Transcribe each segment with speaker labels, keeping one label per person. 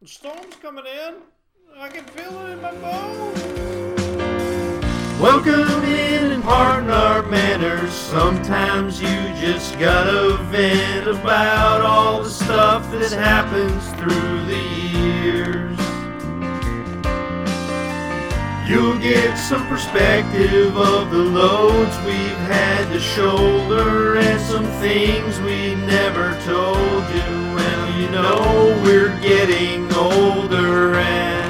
Speaker 1: The storm's coming in. I can feel it in my bones.
Speaker 2: Welcome in and pardon our manners. Sometimes you just gotta vent about all the stuff that happens through the years. You'll get some perspective of the loads we've had to shoulder and some things we never told you. Well, you know we're getting older and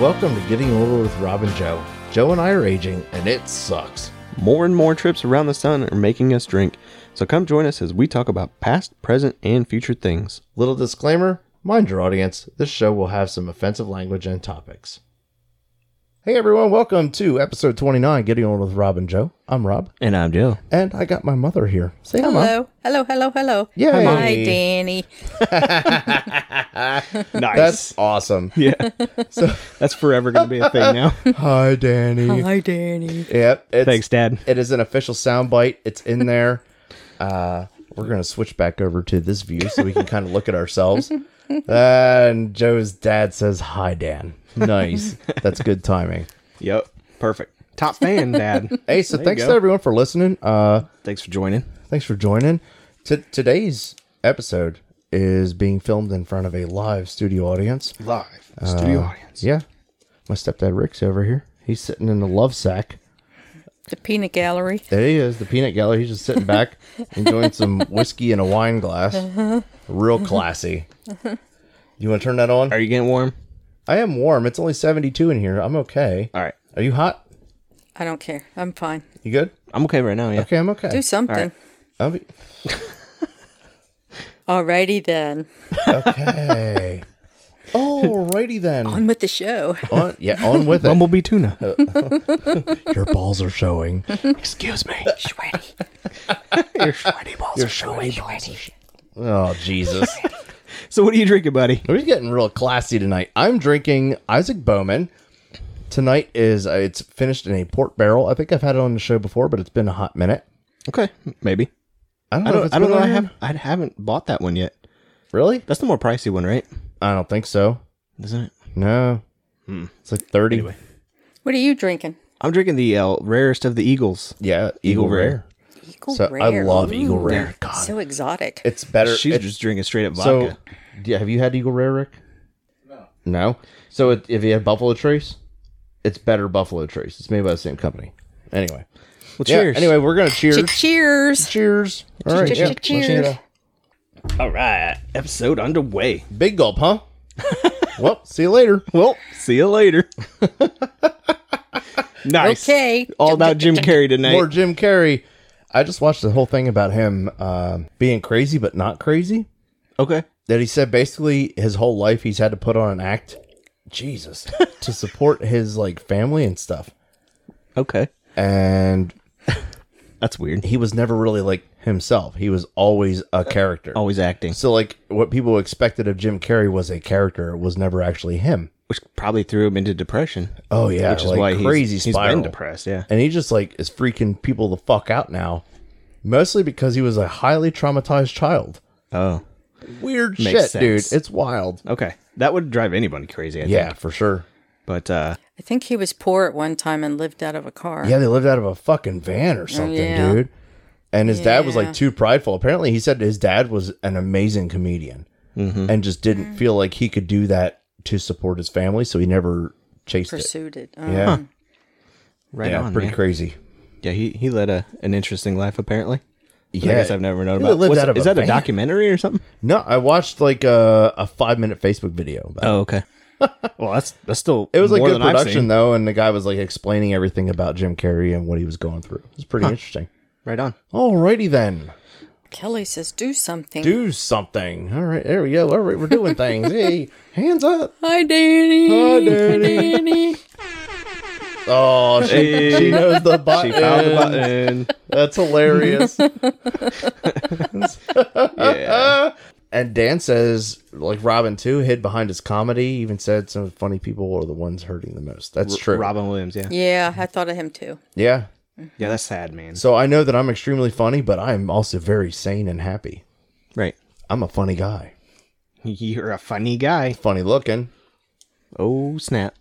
Speaker 3: Welcome to Getting Older with Rob and Joe. Joe and I are aging, and it sucks.
Speaker 4: More and more trips around the sun are making us drink, so come join us as we talk about past, present, and future things.
Speaker 3: Little disclaimer mind your audience, this show will have some offensive language and topics. Hey everyone, welcome to episode 29 Getting Older with Rob and Joe. I'm Rob,
Speaker 4: And I'm Joe.
Speaker 3: and I got my mother here. Say hi, Mom.
Speaker 5: Hello, hello, hello, hello.
Speaker 3: Yay. Hi, Mom.
Speaker 5: Hi, Danny.
Speaker 4: Nice.
Speaker 3: That's awesome.
Speaker 4: yeah. So that's forever gonna be a thing now.
Speaker 3: Hi, Danny.
Speaker 5: Hi, Danny.
Speaker 3: Yep. It's,
Speaker 4: Thanks, Dad.
Speaker 3: It is an official soundbite. It's in there. Uh, we're gonna switch back over to this view so we can kind of look at ourselves. and Joe's dad says, "Hi, Dan." Nice. That's good timing.
Speaker 4: Yep. Perfect. Top fan, Dad.
Speaker 3: Hey, so thanks
Speaker 4: go.
Speaker 3: to everyone for listening. Uh,
Speaker 4: Thanks for joining.
Speaker 3: thanks for joining. T- today's episode is being filmed in front of a live studio audience.
Speaker 4: Live studio audience.
Speaker 3: Yeah, my stepdad Rick's over here. He's sitting in the love sack.
Speaker 5: The peanut gallery.
Speaker 3: There he is, the peanut gallery. He's just sitting back, enjoying some whiskey and a wine glass. Real classy. You want to turn that on?
Speaker 4: Are you getting warm?
Speaker 3: I am warm. It's only 72 in here. I'm okay.
Speaker 4: All right.
Speaker 3: Are you hot?
Speaker 5: I don't care. I'm fine.
Speaker 3: You good?
Speaker 4: I'm okay right now, yeah.
Speaker 3: Okay, I'm okay.
Speaker 5: Do something.
Speaker 4: right.
Speaker 3: I'll be-
Speaker 5: Alrighty then.
Speaker 3: okay. Alrighty then.
Speaker 5: On with the show.
Speaker 3: on, yeah, on with it.
Speaker 4: Bumblebee tuna.
Speaker 3: Your balls are showing.
Speaker 4: Excuse me.
Speaker 5: Sweaty.
Speaker 4: Your sweaty balls are showing.
Speaker 3: Oh Jesus!
Speaker 4: So what are you drinking, buddy?
Speaker 3: We're getting real classy tonight. I'm drinking Isaac Bowman. Tonight is uh, it's finished in a port barrel. I think I've had it on the show before, but it's been a hot minute.
Speaker 4: Okay. Maybe.
Speaker 3: I don't know.
Speaker 4: I
Speaker 3: if
Speaker 4: don't
Speaker 3: it's
Speaker 4: I don't
Speaker 3: been
Speaker 4: know. I
Speaker 3: on.
Speaker 4: have I haven't bought that one yet.
Speaker 3: really.
Speaker 4: That's the more pricey one, right?
Speaker 3: I don't think so.
Speaker 4: Isn't it?
Speaker 3: No, it's like thirty.
Speaker 5: What are you drinking?
Speaker 4: I'm drinking the uh, rarest of the Eagles.
Speaker 3: Yeah,
Speaker 4: Eagle
Speaker 3: Eagle Rare.
Speaker 5: Eagle
Speaker 3: So
Speaker 5: Rare.
Speaker 3: I love Eagle Rare.
Speaker 5: Ooh,
Speaker 3: God,
Speaker 5: So exotic.
Speaker 3: it's better.
Speaker 4: She's
Speaker 3: it's-
Speaker 4: just drinking straight up
Speaker 3: so.
Speaker 4: vodka.
Speaker 3: Yeah, have you had Eagle Rare, Rick? No. No. So it, if you had Buffalo Trace, it's better Buffalo Trace. It's made by the same company. Anyway.
Speaker 4: well,
Speaker 3: Yeah,
Speaker 4: cheers.
Speaker 3: anyway, we're gonna cheers.
Speaker 5: Cheers.
Speaker 3: Cheers. All right. yeah.
Speaker 5: Cheers.
Speaker 4: all right. Episode underway.
Speaker 3: Big gulp, huh? well, see you later.
Speaker 4: Well, see you later. nice.
Speaker 5: Okay.
Speaker 4: All about Jim Carrey tonight.
Speaker 3: More Jim Carrey. I just watched the whole thing about him uh, being crazy but not crazy.
Speaker 4: okay.
Speaker 3: That he said basically his whole life he's had to put on an act, Jesus, to support his like family and stuff.
Speaker 4: Okay.
Speaker 3: And
Speaker 4: That's weird.
Speaker 3: he was never really like himself. He was always a character.
Speaker 4: Always acting,
Speaker 3: So like what people expected of Jim Carrey was a character. It was never actually him.
Speaker 4: which probably threw him into depression.
Speaker 3: Oh yeah,
Speaker 4: which is
Speaker 3: like,
Speaker 4: why he's-
Speaker 3: crazy
Speaker 4: he's
Speaker 3: spiral.
Speaker 4: been depressed. Yeah.
Speaker 3: and he just like is freaking people the fuck out now, mostly because he was a highly traumatized child.
Speaker 4: Oh.
Speaker 3: Weird
Speaker 4: Makes
Speaker 3: shit, dude.
Speaker 4: sense.
Speaker 3: It's wild.
Speaker 4: Okay. That would drive anybody crazy. I
Speaker 3: Yeah,
Speaker 4: Think.
Speaker 3: for sure.
Speaker 4: But uh,
Speaker 5: I think he was poor at one time and lived out of a car.
Speaker 3: Yeah, they lived out of a fucking van or something,
Speaker 5: Oh, Yeah.
Speaker 3: dude. And his dad was
Speaker 5: Yeah.
Speaker 3: like too prideful. Apparently, he said his dad was an amazing comedian
Speaker 4: Mm-hmm.
Speaker 3: and just didn't
Speaker 5: Mm.
Speaker 3: feel like he could do that to support his family, so he never chased
Speaker 5: Pursued it.
Speaker 3: it.
Speaker 5: Um,
Speaker 3: Yeah,
Speaker 4: right
Speaker 3: yeah,
Speaker 4: on.
Speaker 3: pretty
Speaker 4: man.
Speaker 3: crazy.
Speaker 4: Yeah. He he led a an interesting life apparently.
Speaker 3: Yeah,
Speaker 4: I guess I've never known
Speaker 3: He
Speaker 4: about.
Speaker 3: lived
Speaker 4: What's-
Speaker 3: out of
Speaker 4: is
Speaker 3: a
Speaker 4: that a
Speaker 3: van.
Speaker 4: documentary or something?
Speaker 3: No, I watched like a, a five minute Facebook video. About it.
Speaker 4: Oh, okay. well, that's that's still
Speaker 3: It was like
Speaker 4: more
Speaker 3: good
Speaker 4: than I've
Speaker 3: production
Speaker 4: seen.
Speaker 3: though, and the guy was like explaining everything about Jim Carrey and what he was going through. It was pretty interesting.
Speaker 4: Right on.
Speaker 3: Alrighty then,
Speaker 5: Kelly says, do something.
Speaker 3: do something. All right, there we go. All right, we're doing things. hey, hands up.
Speaker 5: Hi, Danny.
Speaker 3: Hi, Danny.
Speaker 5: Danny.
Speaker 3: Oh, she,
Speaker 4: Hey.
Speaker 3: she knows the button.
Speaker 4: She found the button.
Speaker 3: That's hilarious.
Speaker 4: Yeah.
Speaker 3: and Dan says, like Robin too, hid behind his comedy. Even said some funny people are the ones hurting the most. That's true.
Speaker 4: Robin Williams. Yeah.
Speaker 5: Yeah, I thought of him too.
Speaker 3: Yeah.
Speaker 4: Yeah, that's sad, man.
Speaker 3: So I know that I'm extremely funny, but I'm also very sane and happy.
Speaker 4: Right.
Speaker 3: I'm a funny guy.
Speaker 4: You're a funny guy.
Speaker 3: Funny looking.
Speaker 4: Oh, snap.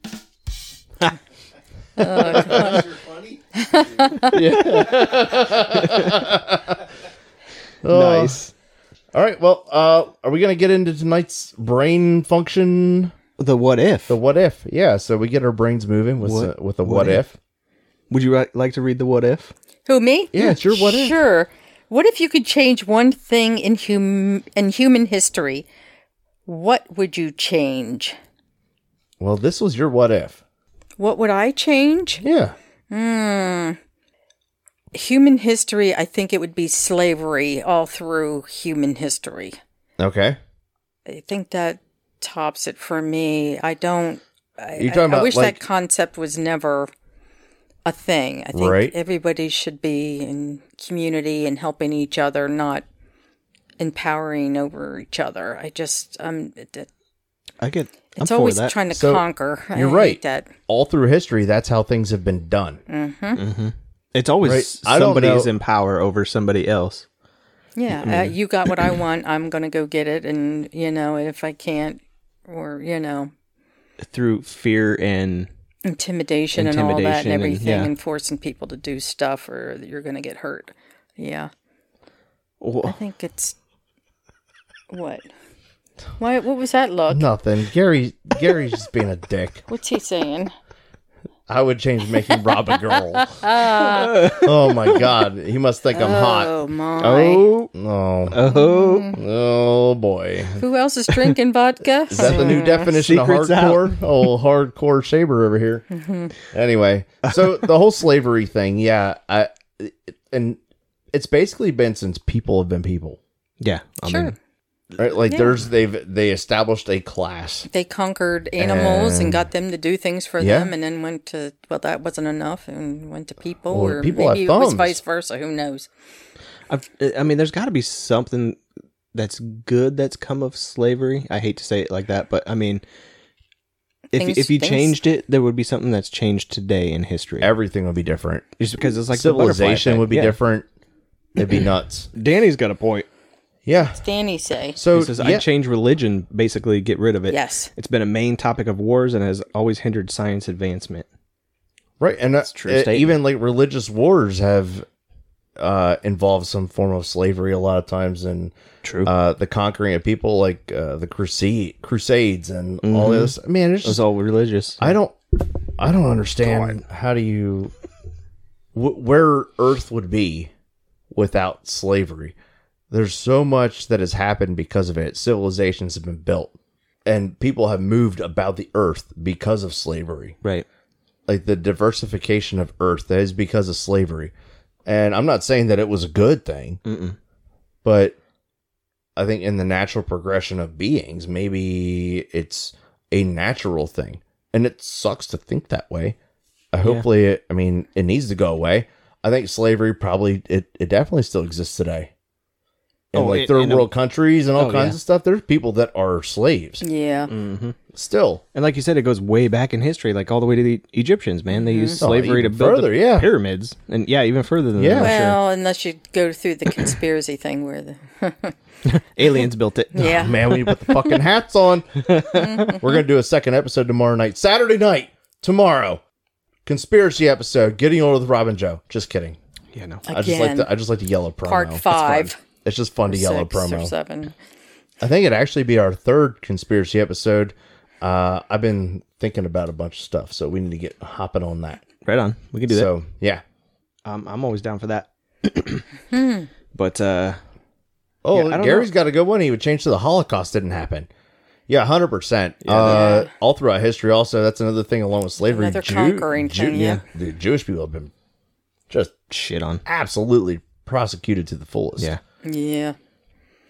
Speaker 3: Uh,
Speaker 4: nice.
Speaker 3: All right. Well, uh, are we gonna get into tonight's brain function?
Speaker 4: The what if?
Speaker 3: The what if? Yeah. So we get our brains moving with
Speaker 4: What-
Speaker 3: a, with a
Speaker 4: what
Speaker 3: what, if.
Speaker 4: Would you ri- like to read the what if?
Speaker 5: Who me?
Speaker 3: Yeah, it's your what if.
Speaker 5: Sure. What if you could change one thing in hum in human history? What would you change?
Speaker 3: Well, this was your what if.
Speaker 5: What would I change?
Speaker 3: Yeah.
Speaker 5: Human history, I think it would be slavery all through human history.
Speaker 3: Okay.
Speaker 5: I think that tops it for me. I don't. I,
Speaker 3: You're
Speaker 5: I-
Speaker 3: talking
Speaker 5: I
Speaker 3: about,
Speaker 5: wish
Speaker 3: like-
Speaker 5: that concept was never a thing. I think
Speaker 3: Right.
Speaker 5: everybody should be in community and helping each other, not empowering over each other. I just um, it, it-
Speaker 4: I get. I'm
Speaker 5: it's
Speaker 4: for
Speaker 5: always
Speaker 4: that.
Speaker 5: trying to
Speaker 3: So,
Speaker 5: conquer. I
Speaker 3: you're
Speaker 5: hate
Speaker 3: right.
Speaker 5: That
Speaker 3: All through history, that's how things have been done.
Speaker 5: Mm.
Speaker 4: It's always
Speaker 3: Right. I don't
Speaker 4: somebody's
Speaker 3: know-
Speaker 4: in power over somebody else.
Speaker 5: yeah,
Speaker 4: Mm-hmm.
Speaker 5: uh, you got what I want. I'm gonna go get it, and you know if I can't, or you know
Speaker 4: through fear and
Speaker 5: intimidation, and all that
Speaker 4: Intimidation
Speaker 5: and
Speaker 4: and-
Speaker 5: everything
Speaker 4: yeah.
Speaker 5: and forcing people to do stuff or that you're going to get hurt. Yeah. I
Speaker 4: well,
Speaker 5: think it's what? Why what was that look?
Speaker 3: Nothing. Gary. Gary's just being a dick.
Speaker 5: What's he saying?
Speaker 3: I would change making Rob a girl. oh my god, he must think I'm hot.
Speaker 5: Oh my.
Speaker 4: oh
Speaker 3: No.
Speaker 4: oh
Speaker 3: Oh boy.
Speaker 5: Who else is drinking vodka? Hmm.
Speaker 3: Is that the new definition of
Speaker 4: Secret's out.
Speaker 3: hardcore? Oh, hardcore shaver over here. anyway, so the whole slavery thing, yeah, I, and it's basically been since people have been people,
Speaker 4: yeah. I
Speaker 5: sure.
Speaker 4: mean,
Speaker 3: right? Like there's they've they established a class,
Speaker 5: they conquered animals and,
Speaker 3: And-
Speaker 5: got them to do things for
Speaker 3: Yeah.
Speaker 5: them and then went to well that wasn't enough and went to people
Speaker 3: Well,
Speaker 5: or
Speaker 3: people have
Speaker 5: maybe it was
Speaker 3: thumbs.
Speaker 5: vice versa, who knows.
Speaker 4: I've, I mean, there's got to be something that's good that's come of slavery. I hate to say it like that, but I mean, if
Speaker 5: Things-
Speaker 4: if you
Speaker 5: things-
Speaker 4: changed it, there would be something that's changed today in history.
Speaker 3: everything would be different.
Speaker 4: Just because it's like the butterfly
Speaker 3: Civilization
Speaker 4: effect.
Speaker 3: would be
Speaker 4: Yeah.
Speaker 3: different. It'd be nuts.
Speaker 4: Danny's got a point.
Speaker 3: Yeah.
Speaker 5: Danny say.
Speaker 3: So
Speaker 4: He says,
Speaker 3: Oh, yeah.
Speaker 4: "I change religion, basically get rid of it."
Speaker 5: Yes.
Speaker 4: It's been a main topic of wars and has always hindered science advancement.
Speaker 3: Right, and that's
Speaker 4: true
Speaker 3: true.
Speaker 4: statement.
Speaker 3: even like religious wars have uh, involved some form of slavery a lot of times, and
Speaker 4: True.
Speaker 3: uh, the conquering of people, like uh, the crusade, crusades, and all this. Man, it's
Speaker 4: Mm-hmm. it was
Speaker 3: just,
Speaker 4: all religious.
Speaker 3: I don't, I don't understand how do you, wh- where Earth would be without slavery. There's so much that has happened because of it. Civilizations have been built, and people have moved about the Earth because of slavery
Speaker 4: right.
Speaker 3: like the diversification of Earth that is because of slavery. And I'm not saying that it was a good thing,
Speaker 4: Mm-mm.
Speaker 3: but I think in the natural progression of beings, maybe it's a natural thing. And it sucks to think that way. I hopefully, it, I mean, it needs to go away. I think slavery probably it, it definitely still exists today. In
Speaker 4: Oh,
Speaker 3: like
Speaker 4: in-
Speaker 3: third
Speaker 4: in a-
Speaker 3: world countries and all
Speaker 4: Oh,
Speaker 3: kinds
Speaker 4: yeah.
Speaker 3: of stuff, there's people that are slaves
Speaker 5: Yeah.
Speaker 4: Mm-hmm.
Speaker 3: still.
Speaker 4: And like you said, it goes way back in history, like all the way to the Egyptians. Man, they used
Speaker 3: Oh,
Speaker 4: slavery to
Speaker 3: even
Speaker 4: build
Speaker 3: further,
Speaker 4: the
Speaker 3: yeah.
Speaker 4: pyramids, and yeah, even further than
Speaker 3: Yeah.
Speaker 4: that. I'm
Speaker 5: Well, unless you go through the conspiracy thing where the
Speaker 4: sure. aliens built it.
Speaker 5: Yeah.
Speaker 3: man, we need to put the fucking hats on. We're gonna do a second episode tomorrow night, Saturday night, tomorrow. Conspiracy episode, getting older with Rob and Joe. Just kidding.
Speaker 4: Yeah, no.
Speaker 3: I just like
Speaker 5: Again.
Speaker 3: to, I just like to yell a promo.
Speaker 5: Part
Speaker 3: It's fun.
Speaker 5: five.
Speaker 3: It's just fun to yell a
Speaker 5: six or
Speaker 3: promo.
Speaker 5: seven.
Speaker 3: I think it'd actually be our third conspiracy episode. Uh, I've been thinking about a bunch of stuff, so we need to get hopping on that.
Speaker 4: Right on. We can do that.
Speaker 3: so yeah.
Speaker 4: Um, I'm always down for that.
Speaker 5: Hmm.
Speaker 4: but uh,
Speaker 3: Oh,
Speaker 4: Yeah, I
Speaker 3: Gary's
Speaker 4: don't
Speaker 3: got a good one. He would change to the Holocaust didn't happen. Yeah, hundred percent. Uh, all throughout history, also that's another thing along with slavery.
Speaker 5: Another conquering thing, yeah.
Speaker 3: the Jewish people have been just
Speaker 4: shit on.
Speaker 3: absolutely prosecuted to the fullest.
Speaker 4: Yeah.
Speaker 5: Yeah.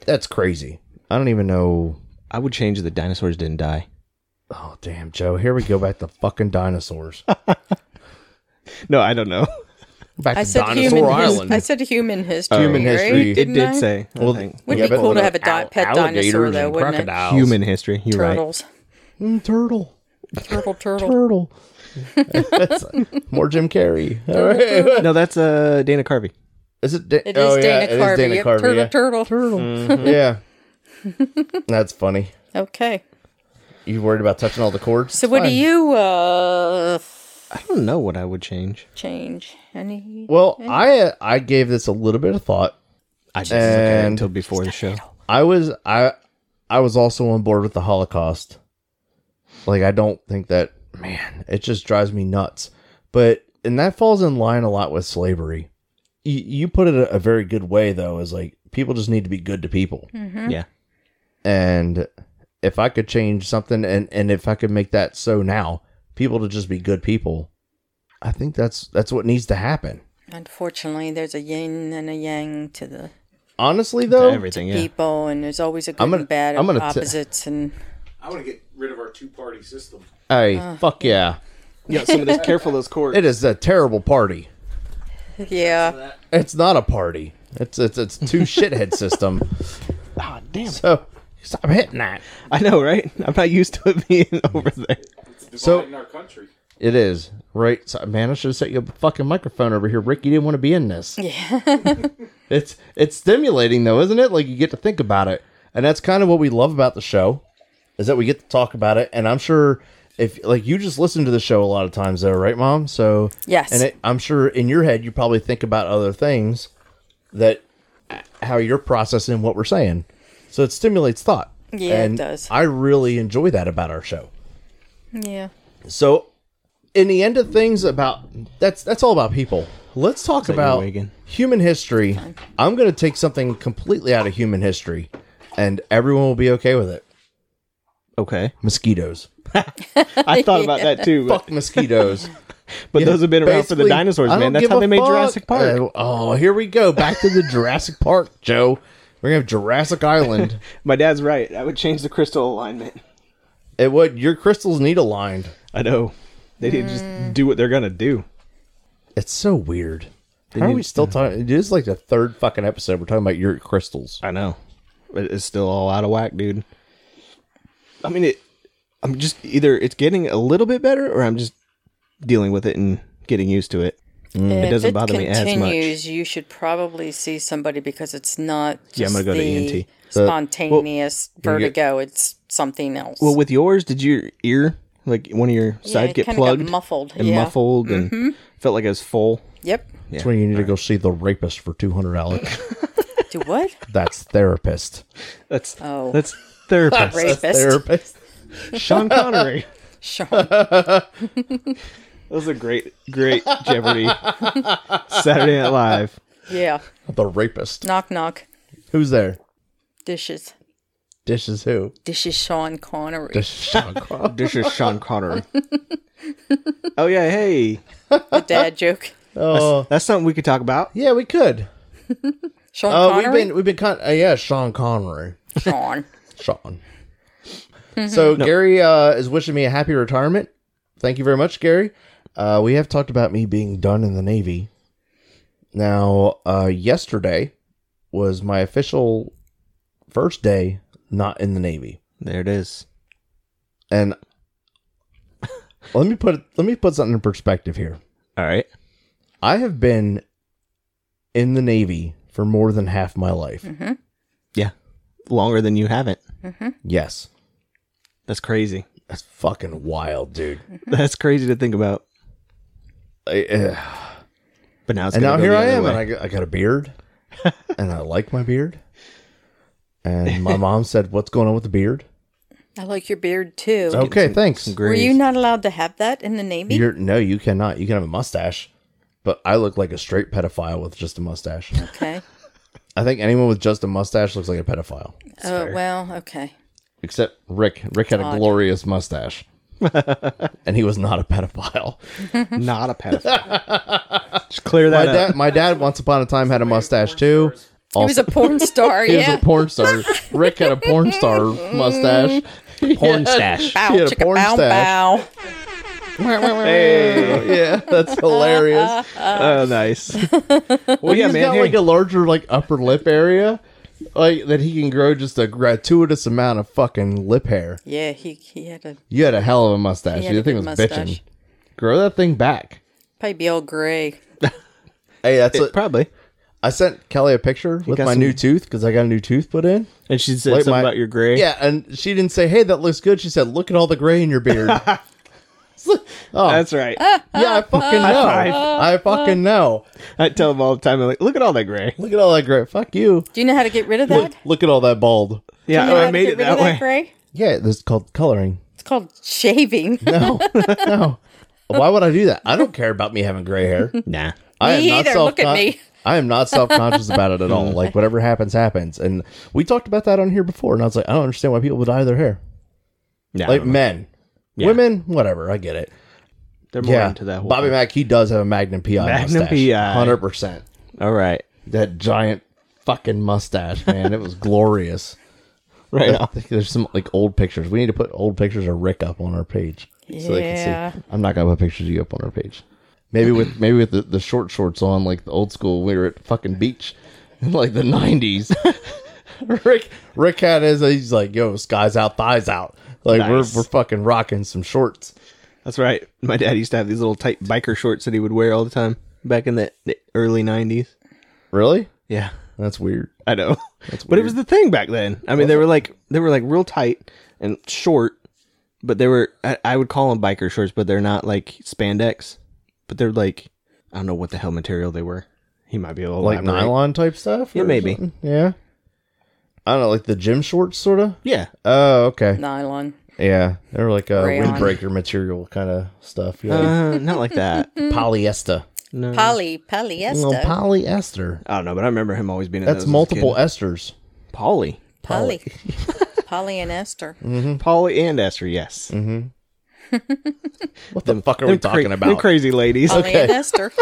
Speaker 3: that's crazy. I don't even know.
Speaker 4: I would change the dinosaurs didn't die.
Speaker 3: Oh damn, Joe! Here we go back to fucking dinosaurs.
Speaker 4: No, I don't know.
Speaker 3: Back
Speaker 5: I
Speaker 3: to
Speaker 5: said
Speaker 3: dinosaur
Speaker 5: human his-
Speaker 3: island.
Speaker 5: I said human history.
Speaker 3: Human
Speaker 5: right?
Speaker 3: history. It
Speaker 4: it
Speaker 5: Didn't
Speaker 4: did
Speaker 5: I?
Speaker 4: say. Well,
Speaker 5: Wouldn't it be
Speaker 3: but
Speaker 5: cool to
Speaker 3: with
Speaker 5: have a di-
Speaker 3: al-
Speaker 5: pet dinosaur,
Speaker 3: alligators
Speaker 5: though,
Speaker 3: and
Speaker 5: wouldn't it?
Speaker 3: crocodiles.
Speaker 4: human history. You're
Speaker 5: Turtles.
Speaker 3: Mm, turtle.
Speaker 5: Turtle, turtle.
Speaker 3: Turtle. That's more Jim Carrey. All right.
Speaker 4: right. No, that's uh, Dana Carvey.
Speaker 3: Is it? Da-
Speaker 5: It is
Speaker 3: oh, yeah,
Speaker 5: Dana
Speaker 3: it is
Speaker 5: Carvey.
Speaker 3: Dana
Speaker 5: Yep,
Speaker 3: Carvey.
Speaker 5: turtle,
Speaker 3: Mm-hmm. yeah.
Speaker 5: turtle.
Speaker 3: Yeah. That's funny.
Speaker 5: Okay.
Speaker 3: You worried about touching all the cords?
Speaker 5: So what do
Speaker 4: fine.
Speaker 5: you uh
Speaker 4: I don't know what I would change.
Speaker 5: change? Any
Speaker 3: Well, I uh, I gave this a little bit of thought.
Speaker 4: I just didn't look at it
Speaker 3: And-
Speaker 4: until before the show.
Speaker 3: I was I I was also on board with the Holocaust. Like I don't think that man, it just drives me nuts. But and that falls in line a lot with slavery. You, you put it a, a very good way though, is like people just need to be good to
Speaker 5: Hmm.
Speaker 3: people.
Speaker 5: Mm-hmm.
Speaker 4: Yeah.
Speaker 3: And if I could change something and and if I could make that so now, people to just be good people, I think that's that's what needs to happen.
Speaker 5: unfortunately there's a yin and a yang to the
Speaker 3: Honestly though,
Speaker 4: Everything. Yeah.
Speaker 5: people and there's always a good
Speaker 3: I'm gonna-
Speaker 5: and bad
Speaker 3: I'm gonna t-
Speaker 5: opposites and
Speaker 1: I want to get rid of our two-party system.
Speaker 3: hey, fuck yeah.
Speaker 4: Yeah. Some of those careful those cords.
Speaker 3: It is a terrible party.
Speaker 5: yeah.
Speaker 3: It's not a party. It's it's it's two shithead system.
Speaker 4: Ah, damn.
Speaker 3: So stop hitting that.
Speaker 4: I know, right? I'm not used to it being over there.
Speaker 1: It's
Speaker 3: So-
Speaker 1: dividing our country.
Speaker 3: It is right. So, man, I should have set you a fucking microphone over here, Rick. You didn't want to be in this. Yeah. it's it's stimulating though, isn't it? Like you get to think about it, and that's kind of what we love about the show, is that we get to talk about it. And I'm sure if like you just listen to the show a lot of times though, right, Mom? So
Speaker 5: Yes.
Speaker 3: and it, I'm sure in your head you probably think about other things that how you're processing what we're saying. So it stimulates thought.
Speaker 5: Yeah, it
Speaker 3: And
Speaker 5: does.
Speaker 3: I really enjoy that about our show.
Speaker 5: Yeah.
Speaker 3: So, in the end of things, about that's that's all about people. Let's talk about
Speaker 4: Reagan?
Speaker 3: human history. I'm going to take something completely out of human history, and everyone will be okay with it.
Speaker 4: Okay.
Speaker 3: Mosquitoes.
Speaker 4: I thought about that too, but,
Speaker 3: Fuck mosquitoes.
Speaker 4: but those have been around for the
Speaker 3: Basically,
Speaker 4: dinosaurs,
Speaker 3: I
Speaker 4: man.
Speaker 3: don't
Speaker 4: That's
Speaker 3: give
Speaker 4: how
Speaker 3: a
Speaker 4: they made
Speaker 3: fuck.
Speaker 4: Jurassic Park.
Speaker 3: Uh, oh, here we go. Back to the Jurassic Park, Joe. We're gonna have Jurassic Island.
Speaker 4: My dad's right. I would change the crystal alignment.
Speaker 3: it would your crystals need aligned.
Speaker 4: I know. They need to
Speaker 5: Mm.
Speaker 4: just do what they're gonna do.
Speaker 3: It's so weird. How are we still talking? It is like the third fucking episode. We're talking about your crystals.
Speaker 4: I know. But it's still all out of whack, dude. I mean it I'm just either it's getting a little bit better or I'm just dealing with it and getting used to Mm, it.
Speaker 5: If
Speaker 4: doesn't bother me as much.
Speaker 5: continues, You should probably see somebody because it's not just
Speaker 4: Yeah, I'm gonna go to E
Speaker 5: the
Speaker 4: ENT.
Speaker 5: spontaneous vertigo. It's something else.
Speaker 4: Well, with yours, did your ear, like one of your sides,
Speaker 5: it
Speaker 4: get
Speaker 5: kinda got
Speaker 4: plugged,
Speaker 5: muffled,
Speaker 4: and
Speaker 5: yeah. Mm-hmm.
Speaker 4: muffled, and felt like it was full?
Speaker 5: yep.
Speaker 3: That's when you need to go see the rapist for two hundred dollars.
Speaker 5: Do what?
Speaker 3: That's therapist.
Speaker 4: That's
Speaker 5: Oh.
Speaker 4: that's therapist.
Speaker 5: Rapist.
Speaker 3: Therapist.
Speaker 4: Sean Connery.
Speaker 5: Sean.
Speaker 4: That was a great, great Jeopardy Saturday Night Live.
Speaker 5: Yeah.
Speaker 3: The rapist.
Speaker 5: Knock knock.
Speaker 3: Who's there?
Speaker 5: Dishes.
Speaker 3: Dishes who?
Speaker 5: This is Sean Connery.
Speaker 3: Dish Sean Connery.
Speaker 4: This is Sean Connery. oh yeah, hey,
Speaker 5: the dad joke.
Speaker 3: Oh
Speaker 4: that's something we could talk about.
Speaker 3: yeah, we could.
Speaker 5: Sean
Speaker 3: Uh, we've
Speaker 5: Connery.
Speaker 3: been we've been con- uh, yeah Sean Connery.
Speaker 5: Sean.
Speaker 3: Sean. so Gary uh, is wishing me a happy retirement. Thank you very much, Gary. Uh, we have talked about me being done in the Navy. Now, uh, yesterday was my official first day not in the Navy.
Speaker 4: There it is.
Speaker 3: and let me put let me put something in perspective here.
Speaker 4: All right.
Speaker 3: I have been in the Navy for more than half my life.
Speaker 4: Mm-hmm. Yeah, longer than you haven't.
Speaker 3: Yes,
Speaker 4: That's crazy.
Speaker 3: that's fucking wild, dude.
Speaker 4: That's crazy to think about.
Speaker 3: I- ugh.
Speaker 4: But now it's
Speaker 3: and now
Speaker 4: gonna go
Speaker 3: here
Speaker 4: the
Speaker 3: I
Speaker 4: other
Speaker 3: am,
Speaker 4: way.
Speaker 3: and I, got- I got a beard, and I like my beard. And my mom said, "What's going on with the beard?"
Speaker 5: I like your beard too.
Speaker 3: Okay, thanks.
Speaker 5: Were
Speaker 4: Graves.
Speaker 5: you not allowed to have that in the Navy?
Speaker 3: Oh, You're, no, you cannot. You can have a mustache, but I look like a straight pedophile with just a mustache.
Speaker 5: okay.
Speaker 3: I think anyone with just a mustache looks like a pedophile.
Speaker 5: Oh well. Okay.
Speaker 3: except Rick. Rick had a glorious mustache, and he was not a pedophile.
Speaker 4: not a pedophile? just clear
Speaker 3: My
Speaker 4: that up.
Speaker 3: dad, my dad, once upon a time had a mustache too.
Speaker 5: He was a porn star.
Speaker 3: He was
Speaker 5: yeah.
Speaker 3: a porn star. Rick had a porn star mustache. Porn stash.
Speaker 5: Bow,
Speaker 3: he had a
Speaker 5: chicka,
Speaker 3: porn
Speaker 5: bow,
Speaker 3: stash.
Speaker 5: bow.
Speaker 4: Hey.
Speaker 3: Yeah, that's
Speaker 5: Uh-huh.
Speaker 3: hilarious.
Speaker 4: Oh, nice. well, yeah,
Speaker 3: He's
Speaker 4: man.
Speaker 3: got
Speaker 4: hey.
Speaker 3: like a larger like upper lip area, like that he can grow just a gratuitous amount of fucking lip hair.
Speaker 5: Yeah. He he had a
Speaker 3: You had a hell of a mustache.
Speaker 5: He had
Speaker 3: The
Speaker 5: a
Speaker 3: thing was
Speaker 5: good
Speaker 3: bitching.
Speaker 5: mustache.
Speaker 3: Grow that thing back.
Speaker 5: probably be all gray.
Speaker 3: Hey, that's
Speaker 4: It-
Speaker 3: a,
Speaker 4: probably.
Speaker 3: I sent Kelly a picture with
Speaker 4: got
Speaker 3: my
Speaker 4: some-
Speaker 3: new tooth because I got a new tooth put in.
Speaker 4: And she said
Speaker 3: Like
Speaker 4: something
Speaker 3: my-
Speaker 4: about your gray.
Speaker 3: Yeah, and she didn't say, "Hey, that looks good." She said, "Look at all the gray in your beard." oh,
Speaker 4: That's right.
Speaker 3: yeah, I fucking know. I fucking know.
Speaker 4: I tell them all the time. I'm like, look at all that gray.
Speaker 3: Look at all that gray. Fuck you.
Speaker 5: Do you know how to get rid of that?
Speaker 3: Look, look at all that bald.
Speaker 5: Do
Speaker 4: Yeah,
Speaker 5: you know
Speaker 4: oh,
Speaker 5: how
Speaker 4: I
Speaker 5: to
Speaker 4: made
Speaker 5: get
Speaker 4: it
Speaker 5: rid
Speaker 4: that
Speaker 5: of
Speaker 4: way.
Speaker 5: gray?
Speaker 3: Yeah, this is called coloring.
Speaker 5: It's called shaving.
Speaker 3: No, no. Why would I do that? I don't care about me having gray hair.
Speaker 4: Nah.
Speaker 3: I
Speaker 5: Me either. Look at
Speaker 3: self-con-
Speaker 5: me.
Speaker 3: I am not self conscious about it at all. Like whatever happens, happens. And we talked about that on here before, and I was like, I don't understand why people would dye their hair.
Speaker 4: Yeah,
Speaker 3: Like men,
Speaker 4: Yeah.
Speaker 3: women, whatever. I get it.
Speaker 4: they're more
Speaker 3: yeah,
Speaker 4: into that. Whole
Speaker 3: Bobby Mack, he does have a Magnum PI
Speaker 4: Magnum
Speaker 3: mustache.
Speaker 4: PI.
Speaker 3: hundred percent.
Speaker 4: All right,
Speaker 3: That giant fucking mustache, man. it was glorious.
Speaker 4: right.
Speaker 3: I
Speaker 4: on.
Speaker 3: think there's some like old pictures. We need to put old pictures of Rick up on our page so they
Speaker 5: Yeah.
Speaker 3: can see. I'm not gonna put pictures of you up on our page. Maybe with maybe with the, the short shorts on, like the old school. We were at fucking beach in like the '90s. Rick Rick had his. He's like, "Yo, sky's out, thighs out." Like
Speaker 4: Nice.
Speaker 3: we're we're fucking rocking some shorts.
Speaker 4: That's right. My dad used to have these little tight biker shorts that he would wear all the time back in the, the early '90s.
Speaker 3: Really?
Speaker 4: Yeah,
Speaker 3: That's weird.
Speaker 4: I know. but it was the thing back then. I mean, they were like they were like real tight and short, but they were I, I would call them biker shorts, but they're not like spandex, but they're like I don't know what the hell material they were. He might be able to
Speaker 3: Like
Speaker 4: elaborate.
Speaker 3: nylon type stuff.
Speaker 4: Yeah,
Speaker 3: or
Speaker 4: maybe.
Speaker 3: something? Yeah. I don't know, like the gym shorts, sort of.
Speaker 4: Yeah,
Speaker 3: Oh, okay.
Speaker 5: Nylon.
Speaker 3: Yeah, they were like a
Speaker 5: Rayon.
Speaker 3: windbreaker material kind of stuff. Yeah.
Speaker 4: uh, not like that.
Speaker 3: polyester.
Speaker 4: No,
Speaker 5: Poly, polyester.
Speaker 3: Well, polyester.
Speaker 4: I don't know, but I remember him always being. In
Speaker 3: That's
Speaker 4: those as a
Speaker 3: multiple
Speaker 4: kid.
Speaker 3: esters.
Speaker 4: Polly,
Speaker 5: poly. poly and ester.
Speaker 4: Mm. Polly and Esther. Yes,
Speaker 3: Mm-hmm. What the fuck are we
Speaker 4: Them cra-
Speaker 3: talking
Speaker 4: them
Speaker 3: about?
Speaker 4: crazy ladies.
Speaker 5: Poly and ester.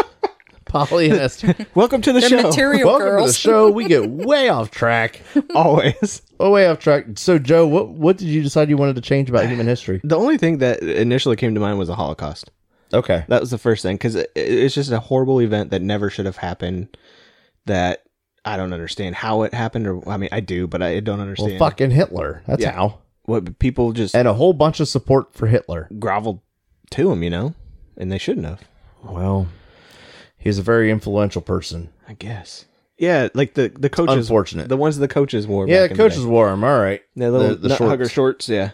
Speaker 3: Poly and ester.
Speaker 4: Welcome to the
Speaker 5: They're
Speaker 4: show.
Speaker 5: material
Speaker 3: Welcome to the
Speaker 5: girls.
Speaker 3: show. We get way off track.
Speaker 4: Always.
Speaker 3: Oh, way off track. So, Joe, what what did you decide you wanted to change about human history?
Speaker 4: The only thing that initially came to mind was the Holocaust.
Speaker 3: Okay.
Speaker 4: That was the first thing because it, it's just a horrible event that never should have happened. That I don't understand how it happened, or I mean, I do, but I don't understand.
Speaker 3: Well, fucking Hitler. That's
Speaker 4: Yeah.
Speaker 3: how.
Speaker 4: What people just
Speaker 3: And a whole bunch of support for Hitler.
Speaker 4: groveled to him, you know, and they shouldn't have.
Speaker 3: Well, he's a very influential person.
Speaker 4: I guess. Yeah, like the the coaches,
Speaker 3: unfortunate.
Speaker 4: the ones the coaches wore.
Speaker 3: Yeah,
Speaker 4: back in the
Speaker 3: coaches
Speaker 4: day.
Speaker 3: wore him. All right.
Speaker 4: Yeah, little the, hugger shorts. Yeah,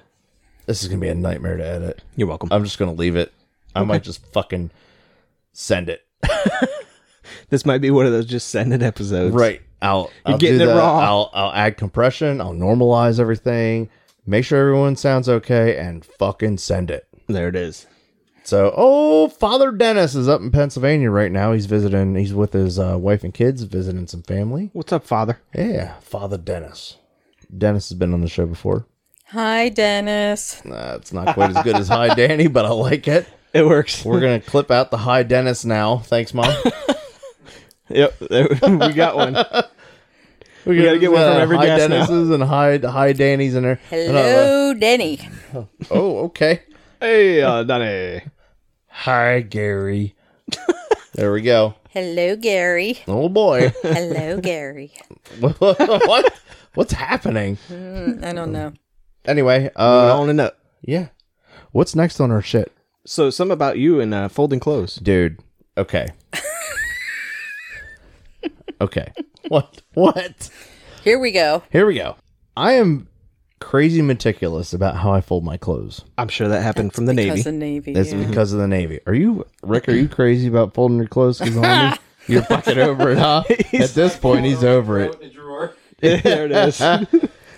Speaker 3: This is gonna be a nightmare to edit.
Speaker 4: you're welcome.
Speaker 3: I'm just gonna leave it. I might just fucking send it.
Speaker 4: this might be one of those just send it episodes.
Speaker 3: Right. I'll, I'll
Speaker 4: getting
Speaker 3: do
Speaker 4: it
Speaker 3: that.
Speaker 4: raw.
Speaker 3: I'll I'll add compression. I'll normalize everything. Make sure everyone sounds okay, and fucking send it.
Speaker 4: there, it is.
Speaker 3: So, oh, Father Dennis is up in Pennsylvania right now. He's visiting. He's with his uh, wife and kids, visiting some family.
Speaker 4: What's up, father?
Speaker 3: Yeah, Father Dennis. Dennis has been on the show before.
Speaker 5: Hi, Dennis.
Speaker 3: Uh, it's not quite as good as Hi Danny, but I like it.
Speaker 4: It works.
Speaker 3: We're gonna clip out the Hi Dennis now. Thanks, mom.
Speaker 4: Yep, there- we got one.
Speaker 3: We
Speaker 4: gotta get one from every
Speaker 3: high
Speaker 4: guest now.
Speaker 3: Dennis's and high high Danny's in there. And, uh,
Speaker 5: Hello, Denny.
Speaker 3: oh, okay.
Speaker 4: Hey, uh, Donnie.
Speaker 3: Hi, Gary. there we go.
Speaker 5: Hello, Gary.
Speaker 3: Oh boy,
Speaker 5: Hello, Gary.
Speaker 3: what? What's happening?
Speaker 5: Mm, I don't know.
Speaker 3: Anyway, uh,
Speaker 4: on and up.
Speaker 3: yeah. What's next on our shit,
Speaker 4: So, some about you and uh, folding clothes.
Speaker 3: dude? Okay. okay. What? What?
Speaker 5: Here we go.
Speaker 3: Here we go. I am crazy meticulous about how I fold my clothes.
Speaker 4: I'm sure that happened from the Navy.
Speaker 5: Because the Navy.
Speaker 3: It's
Speaker 5: yeah.
Speaker 3: because of the Navy. Are you, Rick? Are you crazy about folding your clothes? 'Cause the homie- You're fucking over it, huh? At this point, he's over it.
Speaker 4: there it is.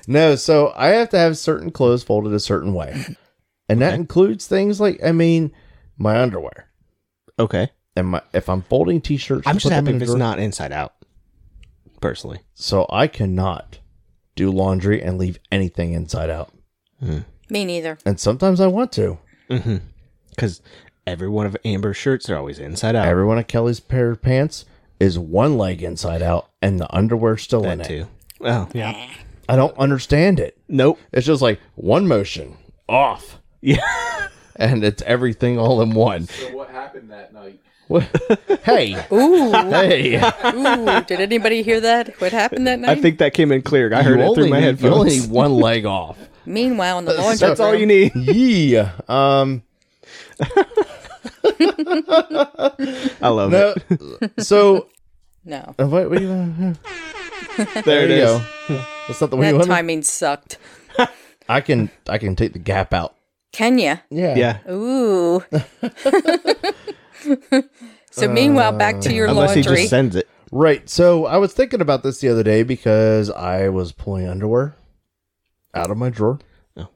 Speaker 3: No, so I have to have certain clothes folded a certain way, and that includes things like, I mean, my underwear
Speaker 4: okay.
Speaker 3: and my if I'm folding t-shirts.
Speaker 4: I'm
Speaker 3: to
Speaker 4: just
Speaker 3: put them
Speaker 4: happy
Speaker 3: in
Speaker 4: if
Speaker 3: a
Speaker 4: it's
Speaker 3: drawer-
Speaker 4: not inside out, personally.
Speaker 3: So I cannot do laundry and leave anything inside out,
Speaker 5: Me neither.
Speaker 3: and sometimes I want to.
Speaker 4: Because every one of Amber's shirts are always inside out.
Speaker 3: Every one of Kelly's pair of pants is one leg inside out, and the underwear still in it.
Speaker 4: that too. Oh, yeah.
Speaker 3: I don't understand it.
Speaker 4: Nope.
Speaker 3: It's just like one motion off.
Speaker 4: Yeah.
Speaker 3: and it's everything all in one. So what happened that night? hey,
Speaker 5: Ooh,
Speaker 3: hey!
Speaker 5: ooh. Did anybody hear that? What happened that
Speaker 4: I
Speaker 5: night?
Speaker 4: think that came in clear. I heard
Speaker 3: you
Speaker 4: it through
Speaker 3: only
Speaker 4: my
Speaker 3: need- you only
Speaker 4: headphones.
Speaker 3: need one leg off.
Speaker 5: Meanwhile, in the laundry
Speaker 4: That's all
Speaker 5: room-
Speaker 4: you need.
Speaker 3: yeah. Um.
Speaker 4: I love it.
Speaker 3: No. So
Speaker 5: No.
Speaker 3: Uh, What, what do you-
Speaker 4: There,
Speaker 3: there
Speaker 4: it
Speaker 3: you
Speaker 4: is.
Speaker 3: go. That's not the
Speaker 4: Oh,
Speaker 3: way you
Speaker 5: That
Speaker 3: want me.
Speaker 5: timing sucked.
Speaker 3: I can I can take the gap out.
Speaker 5: Kenya.
Speaker 3: Yeah.
Speaker 4: Yeah.
Speaker 5: Ooh. so meanwhile, back to your
Speaker 4: Unless he
Speaker 5: laundry.
Speaker 4: just sends it.
Speaker 3: Right. So I was thinking about this the other day because I was pulling underwear out of my drawer.
Speaker 4: Oh.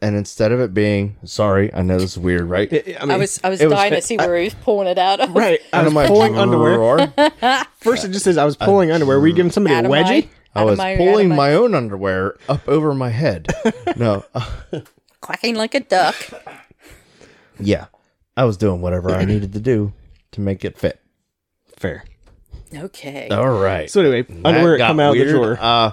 Speaker 3: And instead of it being sorry, I know this is weird, right?
Speaker 4: I, mean,
Speaker 5: I was I was
Speaker 3: it was
Speaker 5: dying
Speaker 3: fa-
Speaker 5: to see where he was pulling it out of.
Speaker 4: right. I
Speaker 3: Out
Speaker 4: was
Speaker 3: of my
Speaker 4: pulling underwear.
Speaker 3: drawer.
Speaker 4: First, it just says I was pulling underwear. Were you giving somebody a
Speaker 5: Out of my-
Speaker 4: wedgie?
Speaker 3: I
Speaker 5: out of
Speaker 3: was
Speaker 5: my- out of
Speaker 3: pulling my own underwear up over my head. no, uh,
Speaker 5: quacking like a duck.
Speaker 3: yeah, I was doing whatever I needed to do to make it fit.
Speaker 4: Fair.
Speaker 5: Okay.
Speaker 3: All right,
Speaker 4: So anyway,
Speaker 3: That
Speaker 4: underwear
Speaker 3: got
Speaker 4: come out
Speaker 3: weird.
Speaker 4: of the drawer.
Speaker 3: Uh,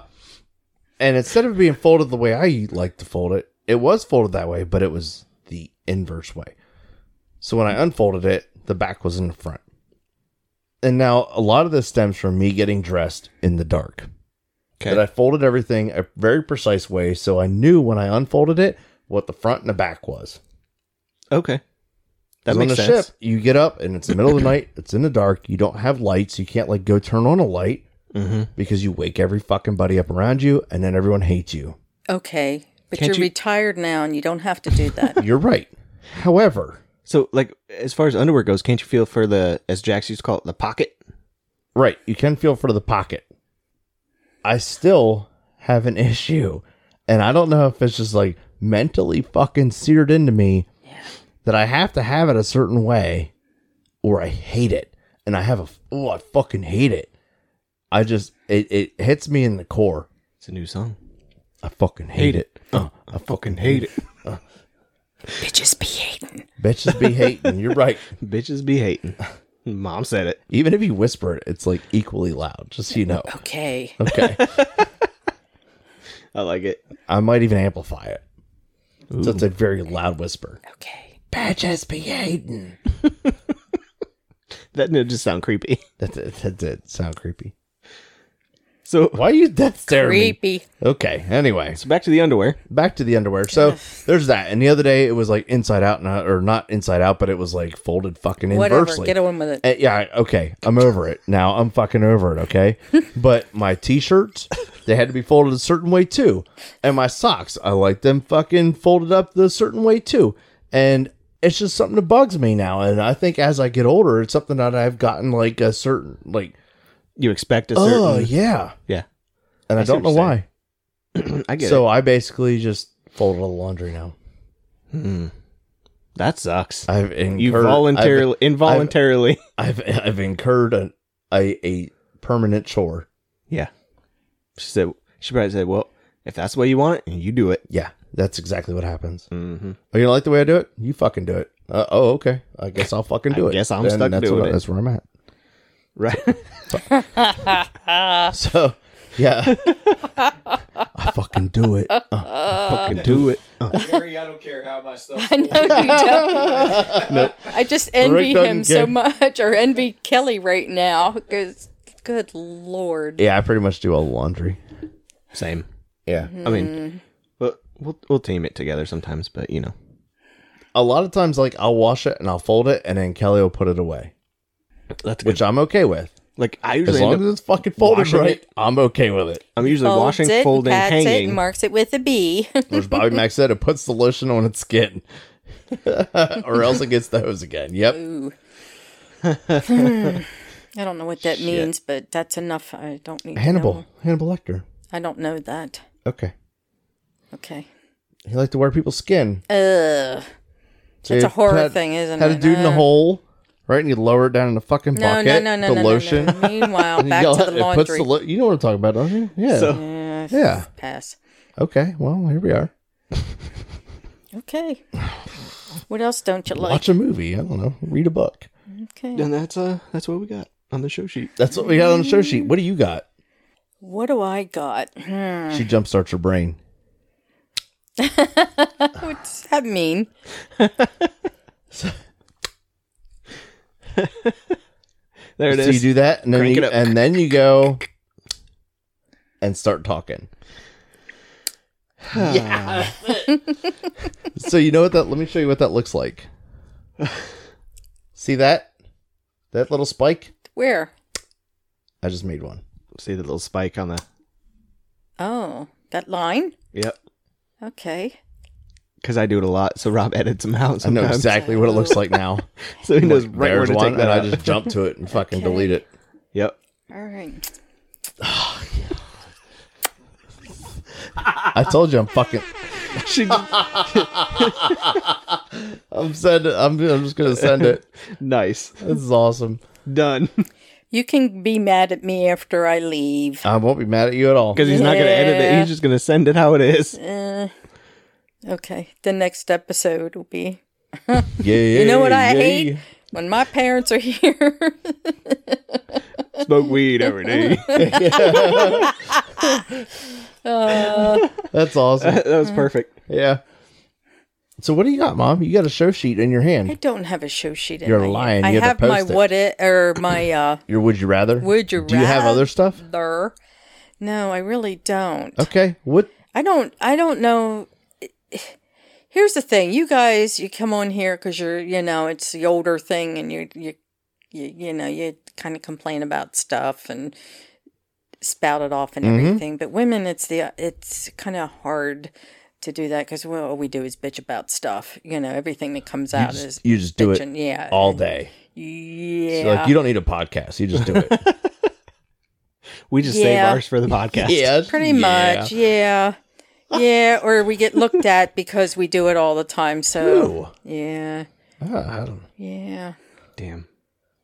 Speaker 3: and instead of being folded the way I like to fold it, it was folded that way, but it was the inverse way. So when I unfolded it, the back was in the front. And now a lot of this stems from me getting dressed in the dark.
Speaker 4: Okay.
Speaker 3: That I folded everything a very precise way, so I knew when I unfolded it what the front and the back was.
Speaker 4: okay. That
Speaker 3: 'Cause on
Speaker 4: makes
Speaker 3: a
Speaker 4: sense.
Speaker 3: ship, you get up and it's the middle of the night, it's in the dark, you don't have lights, you can't like go turn on a light
Speaker 4: Mm-hmm.
Speaker 3: because you wake every fucking buddy up around you and then everyone hates you.
Speaker 5: Okay. But
Speaker 4: Can't
Speaker 5: you're
Speaker 4: you-
Speaker 5: retired now and you don't have to do that.
Speaker 3: You're right. However,
Speaker 4: So, like, as far as underwear goes, can't you feel for the, as Jax used to call it, the pocket?
Speaker 3: right, you can feel for the pocket. I still have an issue. And I don't know if it's just like mentally fucking seared into me that I have to have it a certain way or I hate it. And I have a, oh, I fucking hate it. I just, it, it hits me in the core.
Speaker 4: It's a new song.
Speaker 3: I fucking hate,
Speaker 4: Hate
Speaker 3: it. Uh, I fucking hate it.
Speaker 5: Bitches be hating.
Speaker 3: Bitches be hating. You're right.
Speaker 4: Bitches be hating. Mom said it.
Speaker 3: Even if you whisper it, it's like equally loud, just so you know.
Speaker 5: Okay.
Speaker 3: Okay.
Speaker 4: I like it.
Speaker 3: I might even amplify it. So it's a very loud whisper.
Speaker 5: Okay.
Speaker 3: Bitches be hating.
Speaker 4: That did just sound creepy.
Speaker 3: That, that, that did sound creepy.
Speaker 4: So,
Speaker 3: Why you death stare at me?
Speaker 5: Creepy.
Speaker 3: Okay. Anyway,
Speaker 4: so back to the underwear.
Speaker 3: back to the underwear. So there's that. And the other day it was like inside out, not, or not inside out, but it was like folded fucking
Speaker 5: Whatever.
Speaker 3: inversely.
Speaker 5: Get on with it.
Speaker 3: Uh, yeah, okay. I'm over it now. I'm fucking over it, okay? but my t-shirts, they had to be folded a certain way too. And my socks, I like them fucking folded up the certain way too. And it's just something that bugs me now. And I think as I get older, it's something that I've gotten like a certain like
Speaker 4: You expect a certain.
Speaker 3: oh yeah.
Speaker 4: Yeah.
Speaker 3: And I,
Speaker 4: I see
Speaker 3: don't know
Speaker 4: what you're
Speaker 3: why.
Speaker 4: I get
Speaker 3: So I basically just fold all the laundry now.
Speaker 4: it. Hmm. That sucks.
Speaker 3: I've incurred
Speaker 4: you voluntarily, involuntarily.
Speaker 3: I've I've, I've incurred a, a a permanent chore.
Speaker 4: yeah. She said, she probably said, well, if that's the way you want it, you do it.
Speaker 3: Yeah, that's exactly what happens.
Speaker 4: Mm-hmm.
Speaker 3: Are you gonna like the way I do it? You fucking do it. Uh, oh, okay. I guess I'll fucking do
Speaker 4: I
Speaker 3: it.
Speaker 4: guess I'm
Speaker 3: Then
Speaker 4: stuck
Speaker 3: that's
Speaker 4: doing
Speaker 3: what-
Speaker 4: it.
Speaker 3: That's where I'm at.
Speaker 4: Right.
Speaker 3: So yeah, I fucking do it. Uh,
Speaker 4: Fucking do it.
Speaker 2: Gary, I don't care how my stuff.
Speaker 5: I know you don't. I just envy
Speaker 3: doesn't
Speaker 5: him so
Speaker 3: care.
Speaker 5: much, or envy Kelly right now because, good lord,
Speaker 3: yeah, I pretty much do all the laundry.
Speaker 4: Same.
Speaker 3: Yeah,
Speaker 4: I mean, we'll, mm. we'll we'll team it together sometimes, but you know,
Speaker 3: a lot of times like I'll wash it and I'll fold it and then Kelly will put it away,
Speaker 4: that's
Speaker 3: which I'm okay with
Speaker 4: Like I
Speaker 3: as
Speaker 4: usually,
Speaker 3: long
Speaker 4: end
Speaker 3: as
Speaker 4: up,
Speaker 3: it's fucking folded
Speaker 4: washing
Speaker 3: right.
Speaker 4: it.
Speaker 3: I'm okay with it.
Speaker 4: I'm usually
Speaker 5: Folds
Speaker 4: washing,
Speaker 5: it,
Speaker 4: folding,
Speaker 5: pats it,
Speaker 4: hanging.
Speaker 5: and marks it with a B.
Speaker 3: Or as Bobby Mack said, it puts the lotion on its skin, or else it gets the hose again. Yep.
Speaker 5: Ooh. I don't know what that means, but that's enough. I don't need to
Speaker 3: Hannibal,
Speaker 5: know.
Speaker 3: Hannibal Lecter.
Speaker 5: I don't know that.
Speaker 3: Okay,
Speaker 5: Okay.
Speaker 3: he liked to wear people's skin.
Speaker 5: Ugh.
Speaker 3: So
Speaker 5: That's
Speaker 3: you
Speaker 5: a horror
Speaker 3: had-
Speaker 5: thing, isn't
Speaker 3: had
Speaker 5: it?
Speaker 3: a dude in a
Speaker 5: No.
Speaker 3: hole, right? And you lower it down in the fucking
Speaker 5: No,
Speaker 3: bucket.
Speaker 5: no, no, no,
Speaker 3: the
Speaker 5: no,
Speaker 3: lotion.
Speaker 5: no, no. Meanwhile,
Speaker 3: You
Speaker 5: back
Speaker 3: yell
Speaker 5: to
Speaker 3: out,
Speaker 5: the
Speaker 3: it puts
Speaker 5: laundry.
Speaker 3: lo- you know what I'm talking about, don't you? Yeah.
Speaker 4: So
Speaker 5: Yeah,
Speaker 3: yeah.
Speaker 5: pass.
Speaker 3: Okay. Well, here we are.
Speaker 5: Okay. What else don't you like?
Speaker 3: Watch a movie. I don't know. Read a book.
Speaker 5: Okay.
Speaker 4: and that's uh that's what we got on the show sheet.
Speaker 3: That's what we got on the show sheet. What do you got?
Speaker 5: What do I got? Hmm.
Speaker 3: She jumpstarts her brain.
Speaker 5: What does that mean?
Speaker 4: There it
Speaker 3: so
Speaker 4: is.
Speaker 3: you do that, and then
Speaker 4: Crank
Speaker 3: you,
Speaker 4: it up.
Speaker 3: and then you go and start talking. yeah. so you know what that? Let me show you what that looks like. See that? That little spike.
Speaker 5: Where?
Speaker 3: I just made one.
Speaker 4: See the little spike on the.
Speaker 5: Oh, that line?
Speaker 4: Yep.
Speaker 5: Okay.
Speaker 4: Because I do it a lot, so Rob edits them out.
Speaker 3: I know
Speaker 4: Sometimes,
Speaker 3: exactly what it looks like now.
Speaker 4: so he knows
Speaker 3: Like,
Speaker 4: right where
Speaker 3: there's
Speaker 4: to
Speaker 3: one,
Speaker 4: take that
Speaker 3: and
Speaker 4: out.
Speaker 3: I just jump to it and fucking
Speaker 5: Okay.
Speaker 3: delete it.
Speaker 4: Yep.
Speaker 5: All right.
Speaker 3: I told you I'm fucking.
Speaker 4: She
Speaker 3: I'm send. I'm, I'm just gonna send it.
Speaker 4: nice.
Speaker 3: This is awesome.
Speaker 4: Done.
Speaker 5: You can be mad at me after I leave.
Speaker 3: I won't be mad at you at all.
Speaker 4: Because he's not going to edit it.
Speaker 5: Yeah.
Speaker 4: He's just going to send it how it is.
Speaker 5: Uh, okay. The next episode will be.
Speaker 3: Yeah, yeah,
Speaker 5: You know what I
Speaker 3: yeah.
Speaker 5: hate? When my parents are here.
Speaker 4: Smoke weed every day.
Speaker 3: That's awesome.
Speaker 4: that was perfect.
Speaker 3: Yeah. So what do you got, mom? You got a show sheet in your
Speaker 5: I
Speaker 3: hand.
Speaker 5: don't have a show sheet in
Speaker 3: You're
Speaker 5: my
Speaker 3: lying.
Speaker 5: hand. I
Speaker 3: You had
Speaker 5: have
Speaker 3: to
Speaker 5: my
Speaker 3: post it.
Speaker 5: what it or my uh
Speaker 3: Your would you rather?
Speaker 5: Would you
Speaker 3: Do you have other stuff? Oh.
Speaker 5: there. No, I really don't.
Speaker 3: Okay. What?
Speaker 5: I don't. I don't know. Here's the thing, you guys, you come on here because you're, you know, it's the older thing, and you, you, you, you know, you kind of complain about stuff and spout it off and
Speaker 3: Mm-hmm.
Speaker 5: everything. But women, it's the, it's kind of hard to do that because well, all we do is bitch about stuff. You know, everything that comes out is
Speaker 3: You just do
Speaker 5: bitching.
Speaker 3: it
Speaker 5: Yeah,
Speaker 3: all day.
Speaker 5: Yeah,
Speaker 3: So, like you don't need a podcast. You just do it.
Speaker 4: We just
Speaker 5: Yeah.
Speaker 4: save ours for the podcast.
Speaker 5: Pretty much, yeah.
Speaker 3: Ah.
Speaker 5: Yeah, or we get looked at because we do it all the time. So, yeah,
Speaker 3: Ah, I don't.
Speaker 5: yeah,
Speaker 4: Damn.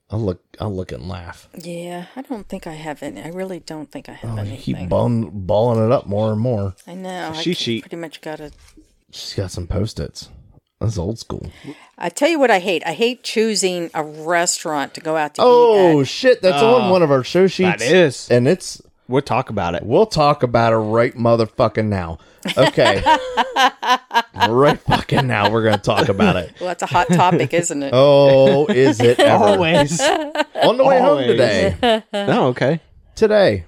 Speaker 3: I'll look. I'll look and laugh.
Speaker 5: yeah. I don't think I have any. I really don't think I have
Speaker 3: I
Speaker 5: anything.
Speaker 3: keep bum, balling it up more and more.
Speaker 5: I know. I
Speaker 4: She
Speaker 5: c-
Speaker 4: cheat.
Speaker 5: pretty much got to.
Speaker 3: She's got some post its. That's old school.
Speaker 5: I tell you what, I hate. I hate choosing a restaurant to go out to
Speaker 3: Oh
Speaker 5: eat.
Speaker 3: shit! That's on one of our show sheets.
Speaker 4: Ah, That is.
Speaker 3: and it's
Speaker 4: We'll talk about it.
Speaker 3: We'll talk about it right motherfucking now. Okay. right fucking now, we're going to talk about it.
Speaker 5: At. Well, that's a hot topic, isn't it?
Speaker 3: Oh, is it ever?
Speaker 4: Always.
Speaker 3: On the way home
Speaker 4: Always.
Speaker 3: today.
Speaker 4: oh, okay.
Speaker 3: Today.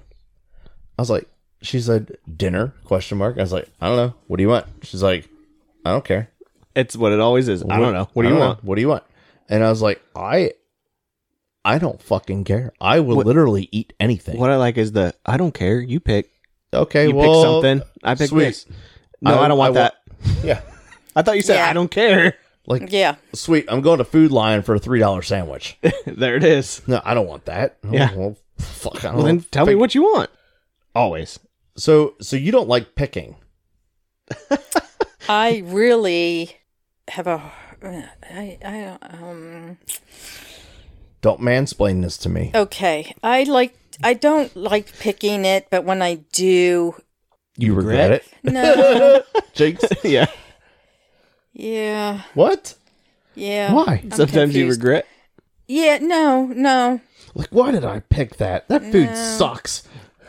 Speaker 3: I was like, she said, dinner? Question mark. I was like, I don't know. What do you want? She's like, I don't care.
Speaker 4: It's what it always is. I don't know. What do
Speaker 3: I
Speaker 4: you
Speaker 3: don't
Speaker 4: want?
Speaker 3: know. What do you want? And I was like, I I don't fucking care. I will literally eat anything.
Speaker 4: What I like is the I don't care. You pick.
Speaker 3: okay,
Speaker 4: You
Speaker 3: well,
Speaker 4: pick something. I pick
Speaker 3: sweet.
Speaker 4: this. No, I,
Speaker 3: I-
Speaker 4: don't want
Speaker 3: I
Speaker 4: that.
Speaker 3: Yeah.
Speaker 4: I thought you said
Speaker 5: Yeah.
Speaker 4: I don't care.
Speaker 3: Like,
Speaker 5: Yeah,
Speaker 3: sweet, I'm going to Food Lion for a $3 sandwich.
Speaker 4: there it is.
Speaker 3: No, I don't want that. Oh,
Speaker 4: Yeah.
Speaker 3: Well, fuck. I don't
Speaker 4: Well, then
Speaker 3: know.
Speaker 4: tell me what you want. Always.
Speaker 3: So, so you don't like picking?
Speaker 5: I really have a. I I um.
Speaker 3: Don't mansplain this to me.
Speaker 5: Okay, I like. I don't like picking it, but when I do,
Speaker 3: You regret,
Speaker 4: regret?
Speaker 3: it,
Speaker 5: no,
Speaker 3: Jinx?
Speaker 4: yeah.
Speaker 5: yeah,
Speaker 3: what?
Speaker 5: yeah.
Speaker 3: Why?
Speaker 5: I'm
Speaker 4: Sometimes you
Speaker 5: confused.
Speaker 4: regret.
Speaker 5: Yeah, no, no.
Speaker 3: Like, why did I pick that? That food sucks.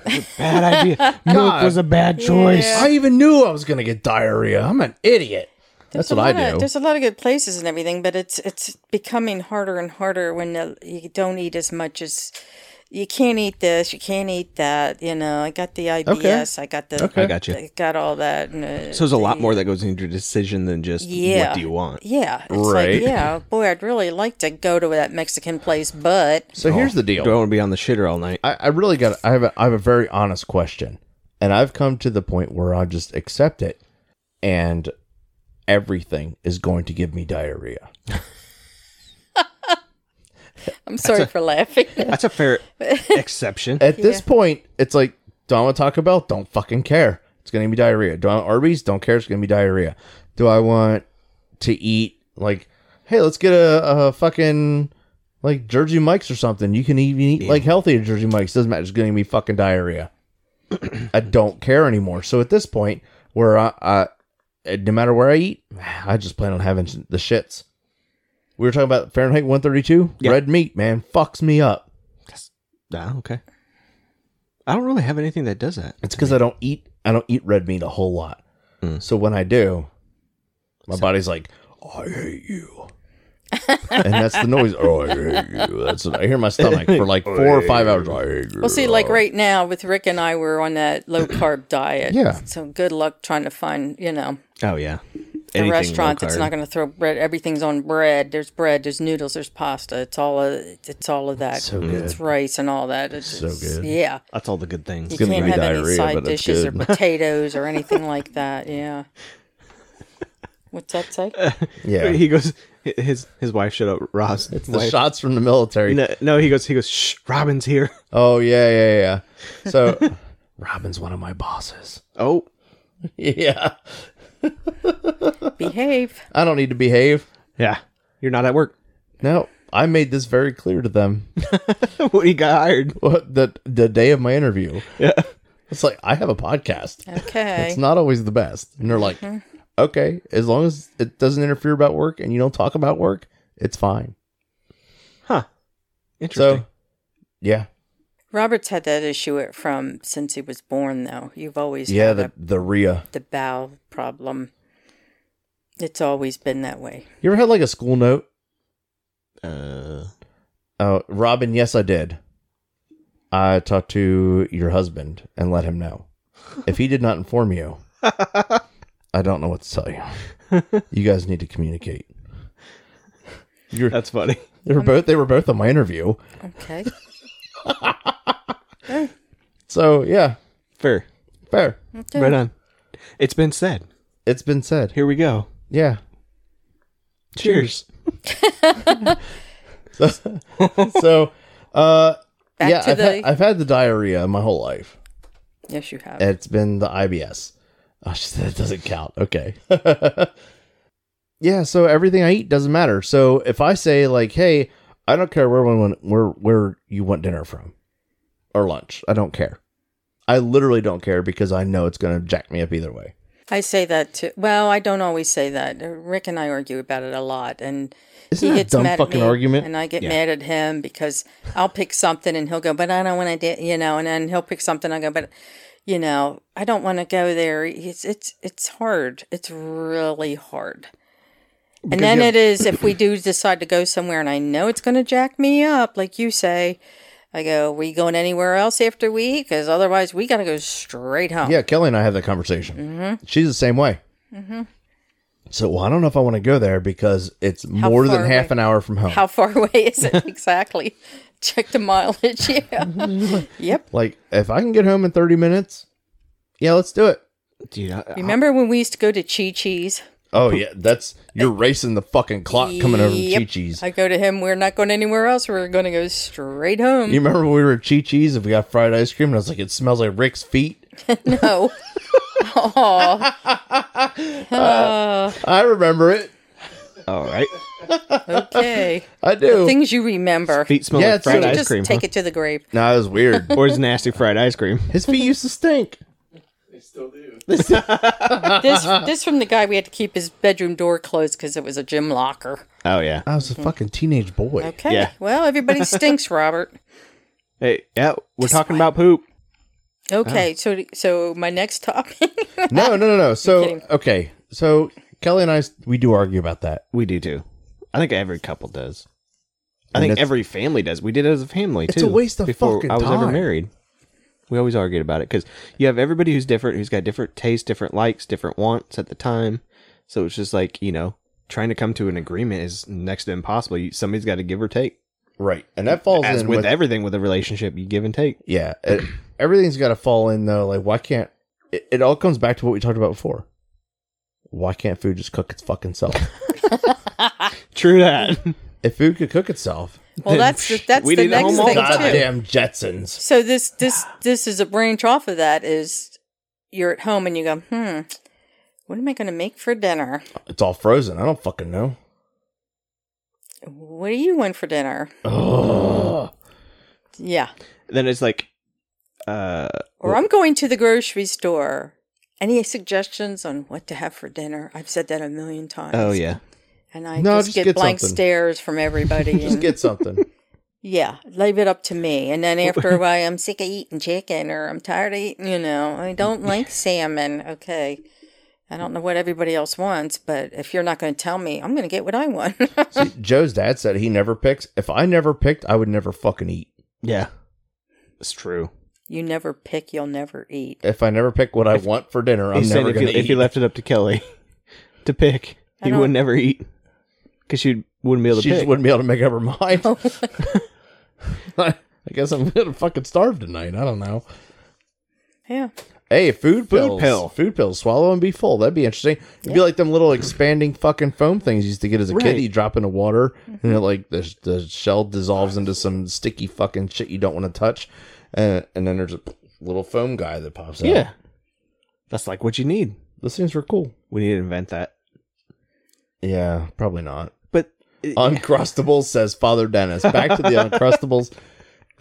Speaker 4: Bad idea.
Speaker 3: God.
Speaker 4: Milk was a bad choice.
Speaker 5: Yeah.
Speaker 3: I even knew I was gonna get diarrhea. I'm an idiot. That's
Speaker 5: There's
Speaker 3: what
Speaker 5: a
Speaker 3: I
Speaker 5: lot of-
Speaker 3: do.
Speaker 5: there's a lot of good places and everything, but it's it's becoming harder and harder when the, you don't eat as much as you can't eat this, you can't eat that. You know, I got the IBS, I got the,
Speaker 4: I got you.
Speaker 5: I got all that. And, uh,
Speaker 4: So there's a lot more that goes into your decision than just
Speaker 5: yeah.
Speaker 4: what do you want.
Speaker 5: Yeah, it's
Speaker 3: Right.
Speaker 5: like yeah, boy, I'd really like to go to that Mexican place, but
Speaker 3: So here's the
Speaker 4: Do I
Speaker 3: deal.
Speaker 4: want to be on the shitter all night?
Speaker 3: I, I really got. I have. A, I have a very honest question, and I've come to the point where I just accept it, and everything is going to give me diarrhea.
Speaker 5: I'm sorry for laughing.
Speaker 4: That's a fair exception.
Speaker 3: At this point, it's like, do I want Taco Bell? Don't fucking care. It's gonna be diarrhea. Do I want Arby's? Don't care. It's gonna be diarrhea. Do I want to eat like, hey, let's get a, a fucking like Jersey Mike's or something. You can even eat like healthy at Jersey Mike's. Doesn't matter. It's gonna be fucking diarrhea. I don't care anymore. So at this point, where I, I uh, no matter where I eat, I just plan on having the shits. We were talking about Fahrenheit 132.
Speaker 4: Yeah.
Speaker 3: Red meat, man, fucks me up.
Speaker 4: Ah, okay. I don't really have anything that does that.
Speaker 3: It's because I don't eat I don't eat red meat a whole lot.
Speaker 4: Hmm.
Speaker 3: So when I do, my body's like, I hate you. and that's the noise. Oh, I hate you. That's what I hear in my stomach for like four or
Speaker 4: Oh,
Speaker 3: five hours. I hate you.
Speaker 5: Well, see, like right now with Rick and I, we're on that low carb diet.
Speaker 3: Yeah.
Speaker 5: So good luck trying to find, you know,
Speaker 4: Oh yeah.
Speaker 5: a
Speaker 4: anything low
Speaker 5: restaurant that's
Speaker 4: carb.
Speaker 5: not going to throw bread. Everything's on bread. There's bread. There's noodles. There's pasta. It's all of it's all of that.
Speaker 3: So good.
Speaker 5: It's rice and all that. It's,
Speaker 3: So
Speaker 5: it's-
Speaker 3: good.
Speaker 5: Yeah,
Speaker 4: That's all the good things.
Speaker 5: you
Speaker 3: gonna
Speaker 5: can't
Speaker 3: be
Speaker 5: have any
Speaker 3: diarrhea,
Speaker 5: side
Speaker 3: but it's
Speaker 5: dishes or
Speaker 3: good.
Speaker 5: potatoes or anything like that. Yeah. What's that say?
Speaker 3: Yeah.
Speaker 4: He goes. hi- His his wife showed up. Rob's
Speaker 3: It's the
Speaker 4: wife.
Speaker 3: shots from the military.
Speaker 4: No, no, he goes. He goes. Shh, Robin's here.
Speaker 3: Oh yeah, yeah, yeah. So Robin's one of my bosses.
Speaker 4: Oh,
Speaker 3: Yeah.
Speaker 5: Behave.
Speaker 3: I don't need to behave.
Speaker 4: yeah. You're not at work.
Speaker 3: No, I made this very clear to them
Speaker 4: when he got hired,
Speaker 3: What the the day of my interview. Yeah. It's like I have a podcast.
Speaker 5: Okay.
Speaker 3: It's not always the best. And they're like, "Okay, as long as it doesn't interfere about work and you don't talk about work, it's fine."
Speaker 4: huh?
Speaker 3: So,
Speaker 4: Interesting.
Speaker 3: yeah.
Speaker 5: Robert's had that issue it- from since he was born, though. You've always
Speaker 3: Yeah,
Speaker 5: had
Speaker 3: the
Speaker 5: a-
Speaker 3: the Rhea.
Speaker 5: the bowel problem. It's always been that way.
Speaker 3: You ever had like a school note?
Speaker 4: uh,
Speaker 3: Uh, Robin, yes, I did. I talked to your husband and let him know. If he did not inform you, I don't know what to tell you. You guys need to communicate. You're,
Speaker 4: that's funny.
Speaker 3: they were both they were both on my interview.
Speaker 5: Okay.
Speaker 3: So yeah,
Speaker 4: Fair.
Speaker 3: fair.
Speaker 5: Okay.
Speaker 4: Right on. It's been said.
Speaker 3: It's been said.
Speaker 4: Here we go.
Speaker 3: Yeah.
Speaker 4: Cheers.
Speaker 3: So, so, uh,
Speaker 5: Back
Speaker 3: yeah,
Speaker 5: to
Speaker 3: I've,
Speaker 5: the
Speaker 3: had, I've had the diarrhea my whole life.
Speaker 5: yes, you have.
Speaker 3: It's been the IBS. Oh, she said that doesn't count. Okay. yeah. So everything I eat doesn't matter. So if I say like, "Hey, I don't care where one where where you want dinner from, or lunch, I don't care." I literally don't care because I know it's going to jack me up either way.
Speaker 5: I say that too. Well, I don't always say that. Rick and I argue about it a lot, and
Speaker 3: Isn't
Speaker 5: he
Speaker 3: that a
Speaker 5: gets
Speaker 3: dumb
Speaker 5: mad
Speaker 3: fucking
Speaker 5: at me,
Speaker 3: argument?
Speaker 5: and I get mad at him because I'll pick something, and he'll go, "But I don't want to," you know, and then he'll pick something, I go, "But you know, I don't want to go there." It's it's it's hard. It's really hard. and then it is if we do decide to go somewhere, and I know it's going to jack me up, like you say. I go, we going anywhere else after we eat? Because otherwise, we got to go straight home.
Speaker 3: Yeah, Kelly and I have that conversation.
Speaker 5: Mm-hmm.
Speaker 3: She's the same way. So well, I don't know if I want to go there because it's more than
Speaker 5: far
Speaker 3: half
Speaker 5: away?
Speaker 3: an hour from home.
Speaker 5: How far away is it exactly? Check the mileage. Yeah. yep.
Speaker 3: like if I can get home in thirty minutes, yeah, let's do it.
Speaker 4: Dude, I,
Speaker 5: Remember when we used to go to Chi Chi's?
Speaker 3: Oh yeah, that's you're racing the fucking clock coming over from
Speaker 5: Yep.
Speaker 3: Chi Chi's.
Speaker 5: I go to him. We're not going anywhere else. We're going to go straight home.
Speaker 3: You remember when we were at Chi Chi's and we got fried ice cream and I was like, it smells like Rick's feet.
Speaker 5: No. oh,
Speaker 4: Uh,
Speaker 3: I remember it.
Speaker 4: all right.
Speaker 5: Oh, okay.
Speaker 3: I do.
Speaker 5: Things you remember.
Speaker 4: Feet smell
Speaker 3: Yeah,
Speaker 4: like
Speaker 3: it's-
Speaker 4: fried
Speaker 3: so
Speaker 4: oh. ice
Speaker 5: Just
Speaker 4: cream.
Speaker 5: take
Speaker 4: huh?
Speaker 5: it to the grave.
Speaker 3: no, it was weird.
Speaker 4: Or is nasty fried ice cream.
Speaker 3: His feet used to stink.
Speaker 5: This this from the guy we had to keep his bedroom door closed because it was a gym locker.
Speaker 4: Oh yeah.
Speaker 3: I was a fucking teenage boy.
Speaker 5: Okay.
Speaker 4: Yeah.
Speaker 5: Well, everybody stinks, Robert.
Speaker 4: Hey, yeah, we're talking about poop.
Speaker 5: Okay.
Speaker 4: Oh.
Speaker 5: So so my next topic.
Speaker 3: No, no, no, no. So
Speaker 5: kidding.
Speaker 3: okay, so Kelly and I we do argue about that.
Speaker 4: We do too. I think every couple does. I
Speaker 3: And
Speaker 4: think
Speaker 3: it's-
Speaker 4: every family does. We did it as a family
Speaker 3: It's
Speaker 4: too.
Speaker 3: a waste of
Speaker 4: before
Speaker 3: fucking
Speaker 4: I was ever
Speaker 3: time.
Speaker 4: married. We always argued about it because you have everybody who's different, who's got different tastes, different likes, different wants at the time. So it's just like you know, trying to come to an agreement is next to impossible. You, somebody's got to give or take.
Speaker 3: Right, and that falls
Speaker 4: As
Speaker 3: in
Speaker 4: with,
Speaker 3: with
Speaker 4: everything with a relationship, you give and take.
Speaker 3: yeah it, everything's got to fall in though like why can't it, it all comes back to what we talked about before why can't food just cook its fucking self
Speaker 4: True that.
Speaker 3: if food could cook itself
Speaker 5: Well, that's the, that's
Speaker 4: we
Speaker 5: the
Speaker 4: need a
Speaker 5: next
Speaker 4: home
Speaker 5: thing
Speaker 4: office.
Speaker 5: too.
Speaker 3: goddamn jetsons
Speaker 5: So this this this is a branch off of that is you're at home and you go, hmm, what am I going to make for dinner?
Speaker 3: it's all frozen i don't fucking know
Speaker 5: What do you want for dinner?
Speaker 3: Ugh.
Speaker 5: Yeah,
Speaker 4: then it's like, uh,
Speaker 5: or I'm going to the grocery store. Any suggestions on what to have for dinner? I've said that a million times.
Speaker 4: oh yeah,
Speaker 5: and I
Speaker 3: No,
Speaker 5: just,
Speaker 3: just
Speaker 5: get,
Speaker 3: get
Speaker 5: blank
Speaker 3: something.
Speaker 5: stares from everybody.
Speaker 3: just
Speaker 5: and-
Speaker 3: get something
Speaker 5: yeah, leave it up to me. And then after a while, I'm sick of eating chicken, or I'm tired of eating. You know, I don't like salmon. Okay. I don't know what everybody else wants, but if you're not going to tell me, I'm going to get what I want.
Speaker 3: See, joe's dad said he never picks if i never picked i would never fucking eat
Speaker 4: yeah, it's true.
Speaker 5: you never pick, you'll never eat.
Speaker 3: if i never pick what i want for dinner i'm
Speaker 4: He's saying
Speaker 3: never
Speaker 4: if
Speaker 3: gonna
Speaker 4: you, if
Speaker 3: eat
Speaker 4: you left it up to Kelly, to pick.
Speaker 5: I
Speaker 4: You
Speaker 5: don't-
Speaker 4: would never eat because she wouldn't be able to
Speaker 3: She
Speaker 4: pick.
Speaker 3: just wouldn't be able to make up her mind. I guess I'm gonna fucking starve tonight. I don't know.
Speaker 5: Yeah.
Speaker 3: Hey, food pills.
Speaker 4: pill.
Speaker 3: Food pills. Swallow and be full. That'd be interesting. It'd be like them little expanding fucking foam things you used to get as a
Speaker 4: Right.
Speaker 3: kid. You drop into water, and it, like the the shell dissolves into some sticky fucking shit you don't want to touch, and and then there's a little foam guy that pops out.
Speaker 4: Yeah, that's like what you need.
Speaker 3: those things were cool.
Speaker 4: We need to invent that.
Speaker 3: Yeah, probably not.
Speaker 4: But Oh,
Speaker 3: Uncrustables says Father Dennis. Back to the Uncrustables.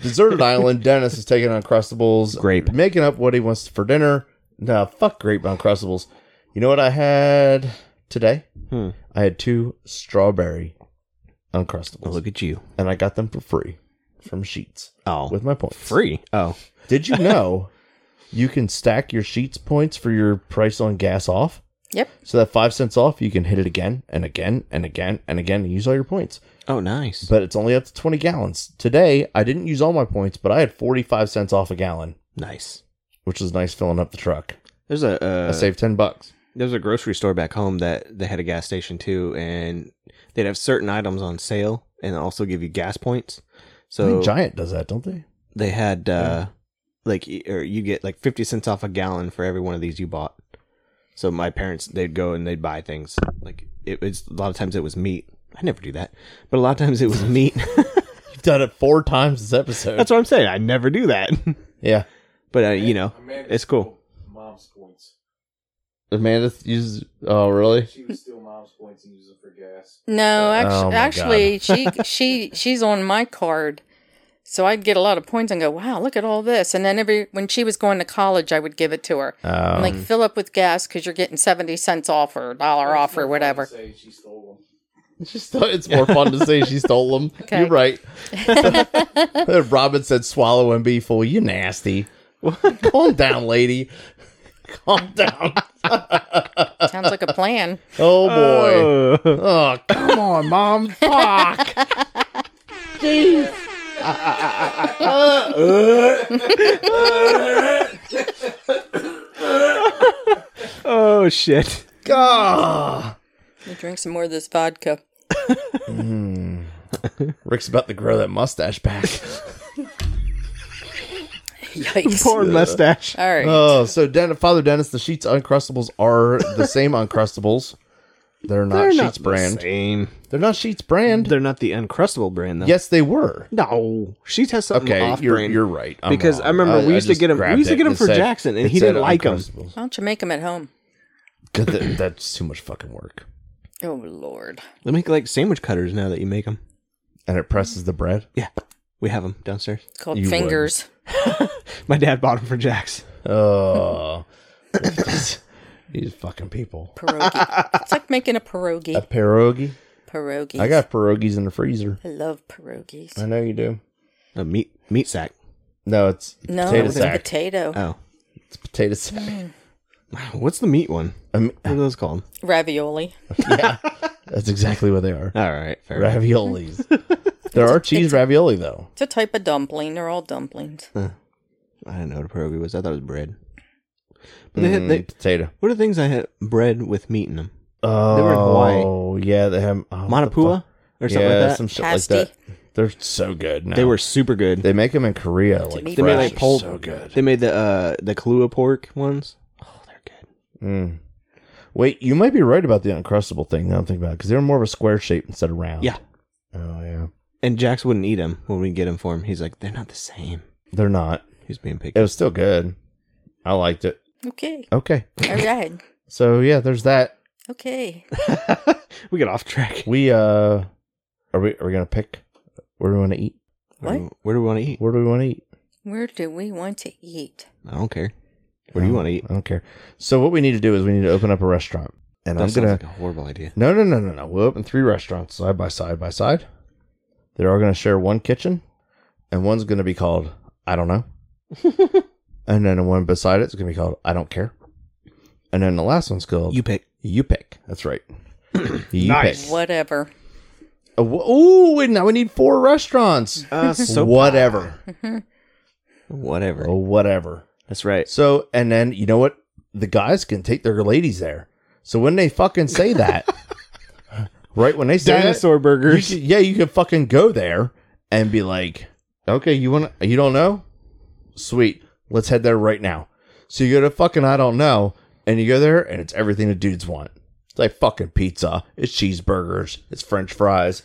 Speaker 3: Deserted Island. Dennis is taking Uncrustables.
Speaker 4: Grape.
Speaker 3: Making up what he wants for dinner. Nah, fuck grape Uncrustables. You know what I had today?
Speaker 4: Hmm.
Speaker 3: I had two strawberry Uncrustables.
Speaker 4: Oh, look at you.
Speaker 3: And I got them for free from Sheets
Speaker 4: Oh,
Speaker 3: with my points.
Speaker 4: free. Oh,
Speaker 3: Did you know you can stack your Sheets points for your price on gas off?
Speaker 5: Yep.
Speaker 3: So that five cents off, you can hit it again and again and again and again and use all your points
Speaker 4: oh, nice.
Speaker 3: but it's only up to 20 gallons. Today, I didn't use all my points, but I had 45 cents off a gallon,
Speaker 4: nice.
Speaker 3: which was nice filling up the truck.
Speaker 4: There's a uh,
Speaker 3: I saved 10 bucks.
Speaker 4: there was a grocery store back home that they had a gas station too, and they'd have certain items on sale and also give you gas points.
Speaker 3: I
Speaker 4: So
Speaker 3: think Giant does that, don't they?
Speaker 4: they had uh like y- or you get like 50 cents off a gallon for every one of these you bought so my parents they'd go and they'd buy things like it was a lot of times it was meat i never do that but a lot of times it was meat
Speaker 3: You've done it four times this episode.
Speaker 4: that's what i'm saying i never do that
Speaker 3: yeah.
Speaker 4: but uh, you know
Speaker 2: Amanda
Speaker 4: it's cool
Speaker 2: stole Mom's points.
Speaker 3: Amanda th- uses. Oh, really?
Speaker 2: She would steal mom's points and use them for gas.
Speaker 5: No,
Speaker 3: Oh,
Speaker 5: actually,
Speaker 3: my
Speaker 5: actually she she she's on my card. So I'd get a lot of points and go, "Wow, look at all this." And then every when she was going to college, I would give it to her. I'm like,
Speaker 3: Um.
Speaker 5: "Fill up with gas cuz you're getting 70 cents off or a dollar off or whatever."
Speaker 2: Say she stole them.
Speaker 3: She stole, it's more fun to say she stole them.
Speaker 5: Okay.
Speaker 3: You're right. Robin said, swallow and be full. You nasty. Calm down, lady. Calm down.
Speaker 5: Sounds like a plan.
Speaker 3: Oh, boy.
Speaker 4: Uh,
Speaker 3: Oh, come on, mom. Fuck. Jeez.
Speaker 4: oh shit
Speaker 3: Gah.
Speaker 5: Let me drink some more of this vodka.
Speaker 3: Rick's about to grow that mustache back.
Speaker 5: Yikes.
Speaker 4: poor mustache
Speaker 5: all right.
Speaker 3: oh, so Den- Father Dennis, the Sheets Uncrustables are the same Uncrustables. They're not Sheets
Speaker 4: the
Speaker 3: brand.
Speaker 4: same.
Speaker 3: They're not Sheets brand.
Speaker 4: they're not the uncrustable brand though
Speaker 3: yes, they were.
Speaker 4: no she has something
Speaker 3: Okay,
Speaker 4: off
Speaker 3: you're,
Speaker 4: brand
Speaker 3: you're right. I'm
Speaker 4: Because I
Speaker 3: wrong.
Speaker 4: remember we used to
Speaker 3: just
Speaker 4: get 'em- we
Speaker 3: grabbed
Speaker 4: used to
Speaker 3: it
Speaker 4: get 'em
Speaker 3: and
Speaker 4: for
Speaker 3: it said-
Speaker 4: Jackson, and
Speaker 3: it
Speaker 4: he
Speaker 3: said
Speaker 4: didn't like 'em.
Speaker 3: Uncrustables.
Speaker 5: Why don't you make them at home?
Speaker 3: Good, that- That's too much fucking work.
Speaker 5: Oh lord.
Speaker 4: they make like sandwich cutters now that you make them
Speaker 3: And it presses the bread.
Speaker 4: yeah we have them downstairs
Speaker 5: It's called
Speaker 3: You would.
Speaker 5: fingers.
Speaker 4: My dad bought them for Jax.
Speaker 3: Oh, these fucking people.
Speaker 5: Pierogi. it's like making a pierogi.
Speaker 3: A pierogi.
Speaker 5: pierogies.
Speaker 3: I got pierogies in the freezer.
Speaker 5: I love pierogies.
Speaker 3: I know you do.
Speaker 4: A meat meat sack.
Speaker 3: No, it's
Speaker 5: no,
Speaker 3: potato
Speaker 5: it's
Speaker 3: sack. Uh.
Speaker 5: a potato.
Speaker 4: Oh,
Speaker 3: it's potato sack.
Speaker 4: what's the meat one?
Speaker 3: I mean,
Speaker 4: What are those called?
Speaker 5: Ravioli.
Speaker 3: that's exactly what they are.
Speaker 4: All right, fair. enough.
Speaker 3: Raviolis. there are cheese ravioli though.
Speaker 5: It's a type of dumpling. They're all dumplings.
Speaker 3: Uh.
Speaker 4: I didn't know what a pierogi was. I thought it was bread. But they had,
Speaker 3: Mm,
Speaker 4: they,
Speaker 3: potato.
Speaker 4: what are things I had bread with meat in them?
Speaker 3: Oh,
Speaker 4: were in Hawaii.
Speaker 3: yeah, they have oh, what the
Speaker 4: Manapua
Speaker 3: fuck? Yeah,
Speaker 4: or something like that.
Speaker 3: some shit
Speaker 5: Pasty.
Speaker 3: like that. They're so good. Now.
Speaker 4: They were super good.
Speaker 3: They make them in Korea. Like
Speaker 5: meat
Speaker 3: fresh.
Speaker 5: They made, like,
Speaker 3: They're
Speaker 4: pol-
Speaker 3: so good.
Speaker 4: They made the uh the Kahlua pork ones. Oh, they're good.
Speaker 3: Mm. Wait, you might be right about the uncrustable thing. Now I'm thinking about because they were more of a square shape instead of round.
Speaker 4: Yeah.
Speaker 3: Oh yeah.
Speaker 4: And Jax wouldn't eat them when we get them for him. He's like, they're not the same.
Speaker 3: They're not.
Speaker 4: He's being
Speaker 3: It
Speaker 4: picky.
Speaker 3: was still good. I liked it.
Speaker 5: Okay.
Speaker 3: Okay.
Speaker 5: All right.
Speaker 3: So yeah, there's that.
Speaker 5: Okay.
Speaker 4: we got off track.
Speaker 3: We uh are we are we gonna pick where do we wanna eat?
Speaker 5: What?
Speaker 4: Where do we want to eat?
Speaker 3: Where do we wanna eat?
Speaker 5: Where do we want to eat?
Speaker 4: I don't care. Where do you want to eat?
Speaker 3: I don't care. So what we need to do is we need to open up a restaurant. And
Speaker 4: That
Speaker 3: I'm
Speaker 4: sounds
Speaker 3: gonna
Speaker 4: like a horrible idea.
Speaker 3: No no no no no. We'll open three restaurants side by side by side. They're all gonna share one kitchen and one's gonna be called I don't know. and then the one beside it's gonna be called I don't care. And then the last one's called
Speaker 4: You pick.
Speaker 3: You pick. That's right. you
Speaker 4: Nice.
Speaker 3: pick.
Speaker 5: Whatever.
Speaker 3: Uh, wh- Ooh, and now we need four restaurants.
Speaker 4: Uh,
Speaker 3: whatever.
Speaker 4: Whatever.
Speaker 3: Oh, whatever.
Speaker 4: That's right.
Speaker 3: So, and then you know what? The guys can take their ladies there. So when they fucking say that, right when they say that,
Speaker 4: Dinosaur
Speaker 3: you
Speaker 4: burgers.
Speaker 3: should- yeah, you could fucking go there and be like, okay, you want to you don't know? Sweet, let's head there right now. So you go to fucking I don't know, and you go there, and it's everything the dudes want. It's like fucking pizza, it's cheeseburgers, it's French fries,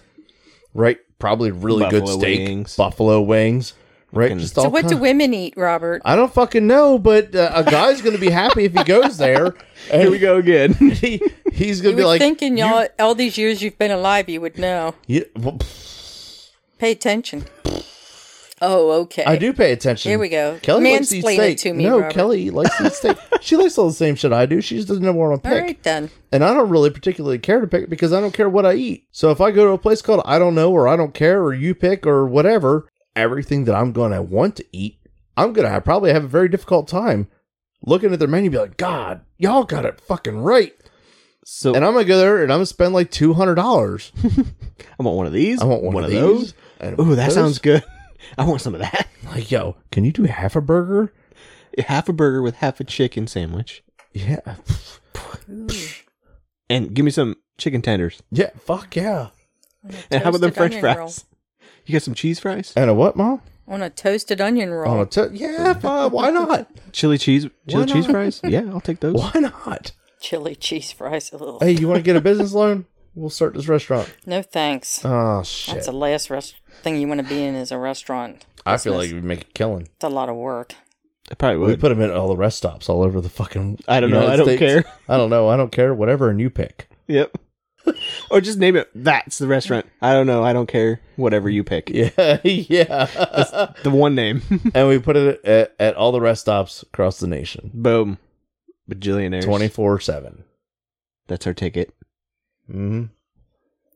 Speaker 3: right? Probably really good
Speaker 4: Buffalo
Speaker 3: steak,
Speaker 4: wings.
Speaker 3: buffalo wings, right?
Speaker 4: Fucking-
Speaker 3: Just
Speaker 5: So
Speaker 3: all
Speaker 5: what
Speaker 3: kind-
Speaker 5: do women eat, Robert?
Speaker 3: I don't fucking know, but uh, a guy's gonna be happy if he goes there. And
Speaker 4: Here we go again.
Speaker 3: He, he's gonna
Speaker 5: You
Speaker 3: be
Speaker 5: would
Speaker 3: like,
Speaker 5: think in y'all, all these years you've been alive, you would know.
Speaker 3: "You- well, pff,
Speaker 5: Pay attention. Oh, okay.
Speaker 3: I do pay attention.
Speaker 5: Here we go.
Speaker 3: Kelly likes to eat
Speaker 5: Mansplain
Speaker 3: steak.
Speaker 5: it to me,
Speaker 3: no,
Speaker 5: Robert.
Speaker 3: Kelly likes to eat steak. She likes all the same shit I do. She just doesn't know what I'm
Speaker 5: All
Speaker 3: pick.
Speaker 5: right then.
Speaker 3: And I don't really particularly care to pick because I don't care what I eat. So if I go to a place called I don't know or I don't care or you pick or whatever, everything that I'm gonna want to eat, I'm gonna have, probably have a very difficult time looking at their menu and be like, God, y'all got it fucking right.
Speaker 4: So
Speaker 3: And I'm gonna go there and I'm gonna spend like two hundred dollars.
Speaker 4: I want one of these.
Speaker 3: I want one, of, those. and
Speaker 4: Ooh,
Speaker 3: one
Speaker 4: that
Speaker 3: of
Speaker 4: sounds good. I want some of that.
Speaker 3: those. like, yo, can you do half a burger?
Speaker 4: Half a burger with half a chicken sandwich,
Speaker 3: Yeah,
Speaker 4: and give me some chicken tenders.
Speaker 3: yeah, fuck yeah.
Speaker 4: And how about them
Speaker 5: Toasted
Speaker 4: French
Speaker 5: onion
Speaker 4: fries?
Speaker 5: roll.
Speaker 4: You got some cheese fries?
Speaker 3: And a what, mom?
Speaker 5: On a toasted onion
Speaker 3: On
Speaker 5: roll.
Speaker 3: a to- yeah, fi- why not?
Speaker 4: Chili cheese? Chili
Speaker 3: not?
Speaker 4: cheese fries? Yeah, I'll take those.
Speaker 3: Why not?
Speaker 5: Chili cheese fries. Ugh.
Speaker 3: Hey, you want to get a business loan? We'll start this restaurant.
Speaker 5: No thanks.
Speaker 3: Oh
Speaker 5: That's
Speaker 3: shit!
Speaker 5: the last rest- thing you want to be in is a restaurant.
Speaker 3: I feel like we'd make a killing.
Speaker 5: It's a lot of work.
Speaker 4: I probably
Speaker 3: We
Speaker 4: would.
Speaker 3: put them at all the rest stops all over the fucking.
Speaker 4: I don't know.
Speaker 3: United
Speaker 4: I don't
Speaker 3: States.
Speaker 4: care.
Speaker 3: I don't know. I don't care. Whatever, and you pick.
Speaker 4: Yep. or just name it. That's the restaurant. I don't know. I don't care. Whatever you pick.
Speaker 3: Yeah, yeah.
Speaker 4: The one name.
Speaker 3: and we put it at, at all the rest stops across the nation,
Speaker 4: Boom. Bajillionaires.
Speaker 3: twenty four seven.
Speaker 4: That's our ticket.
Speaker 3: Mm-hmm.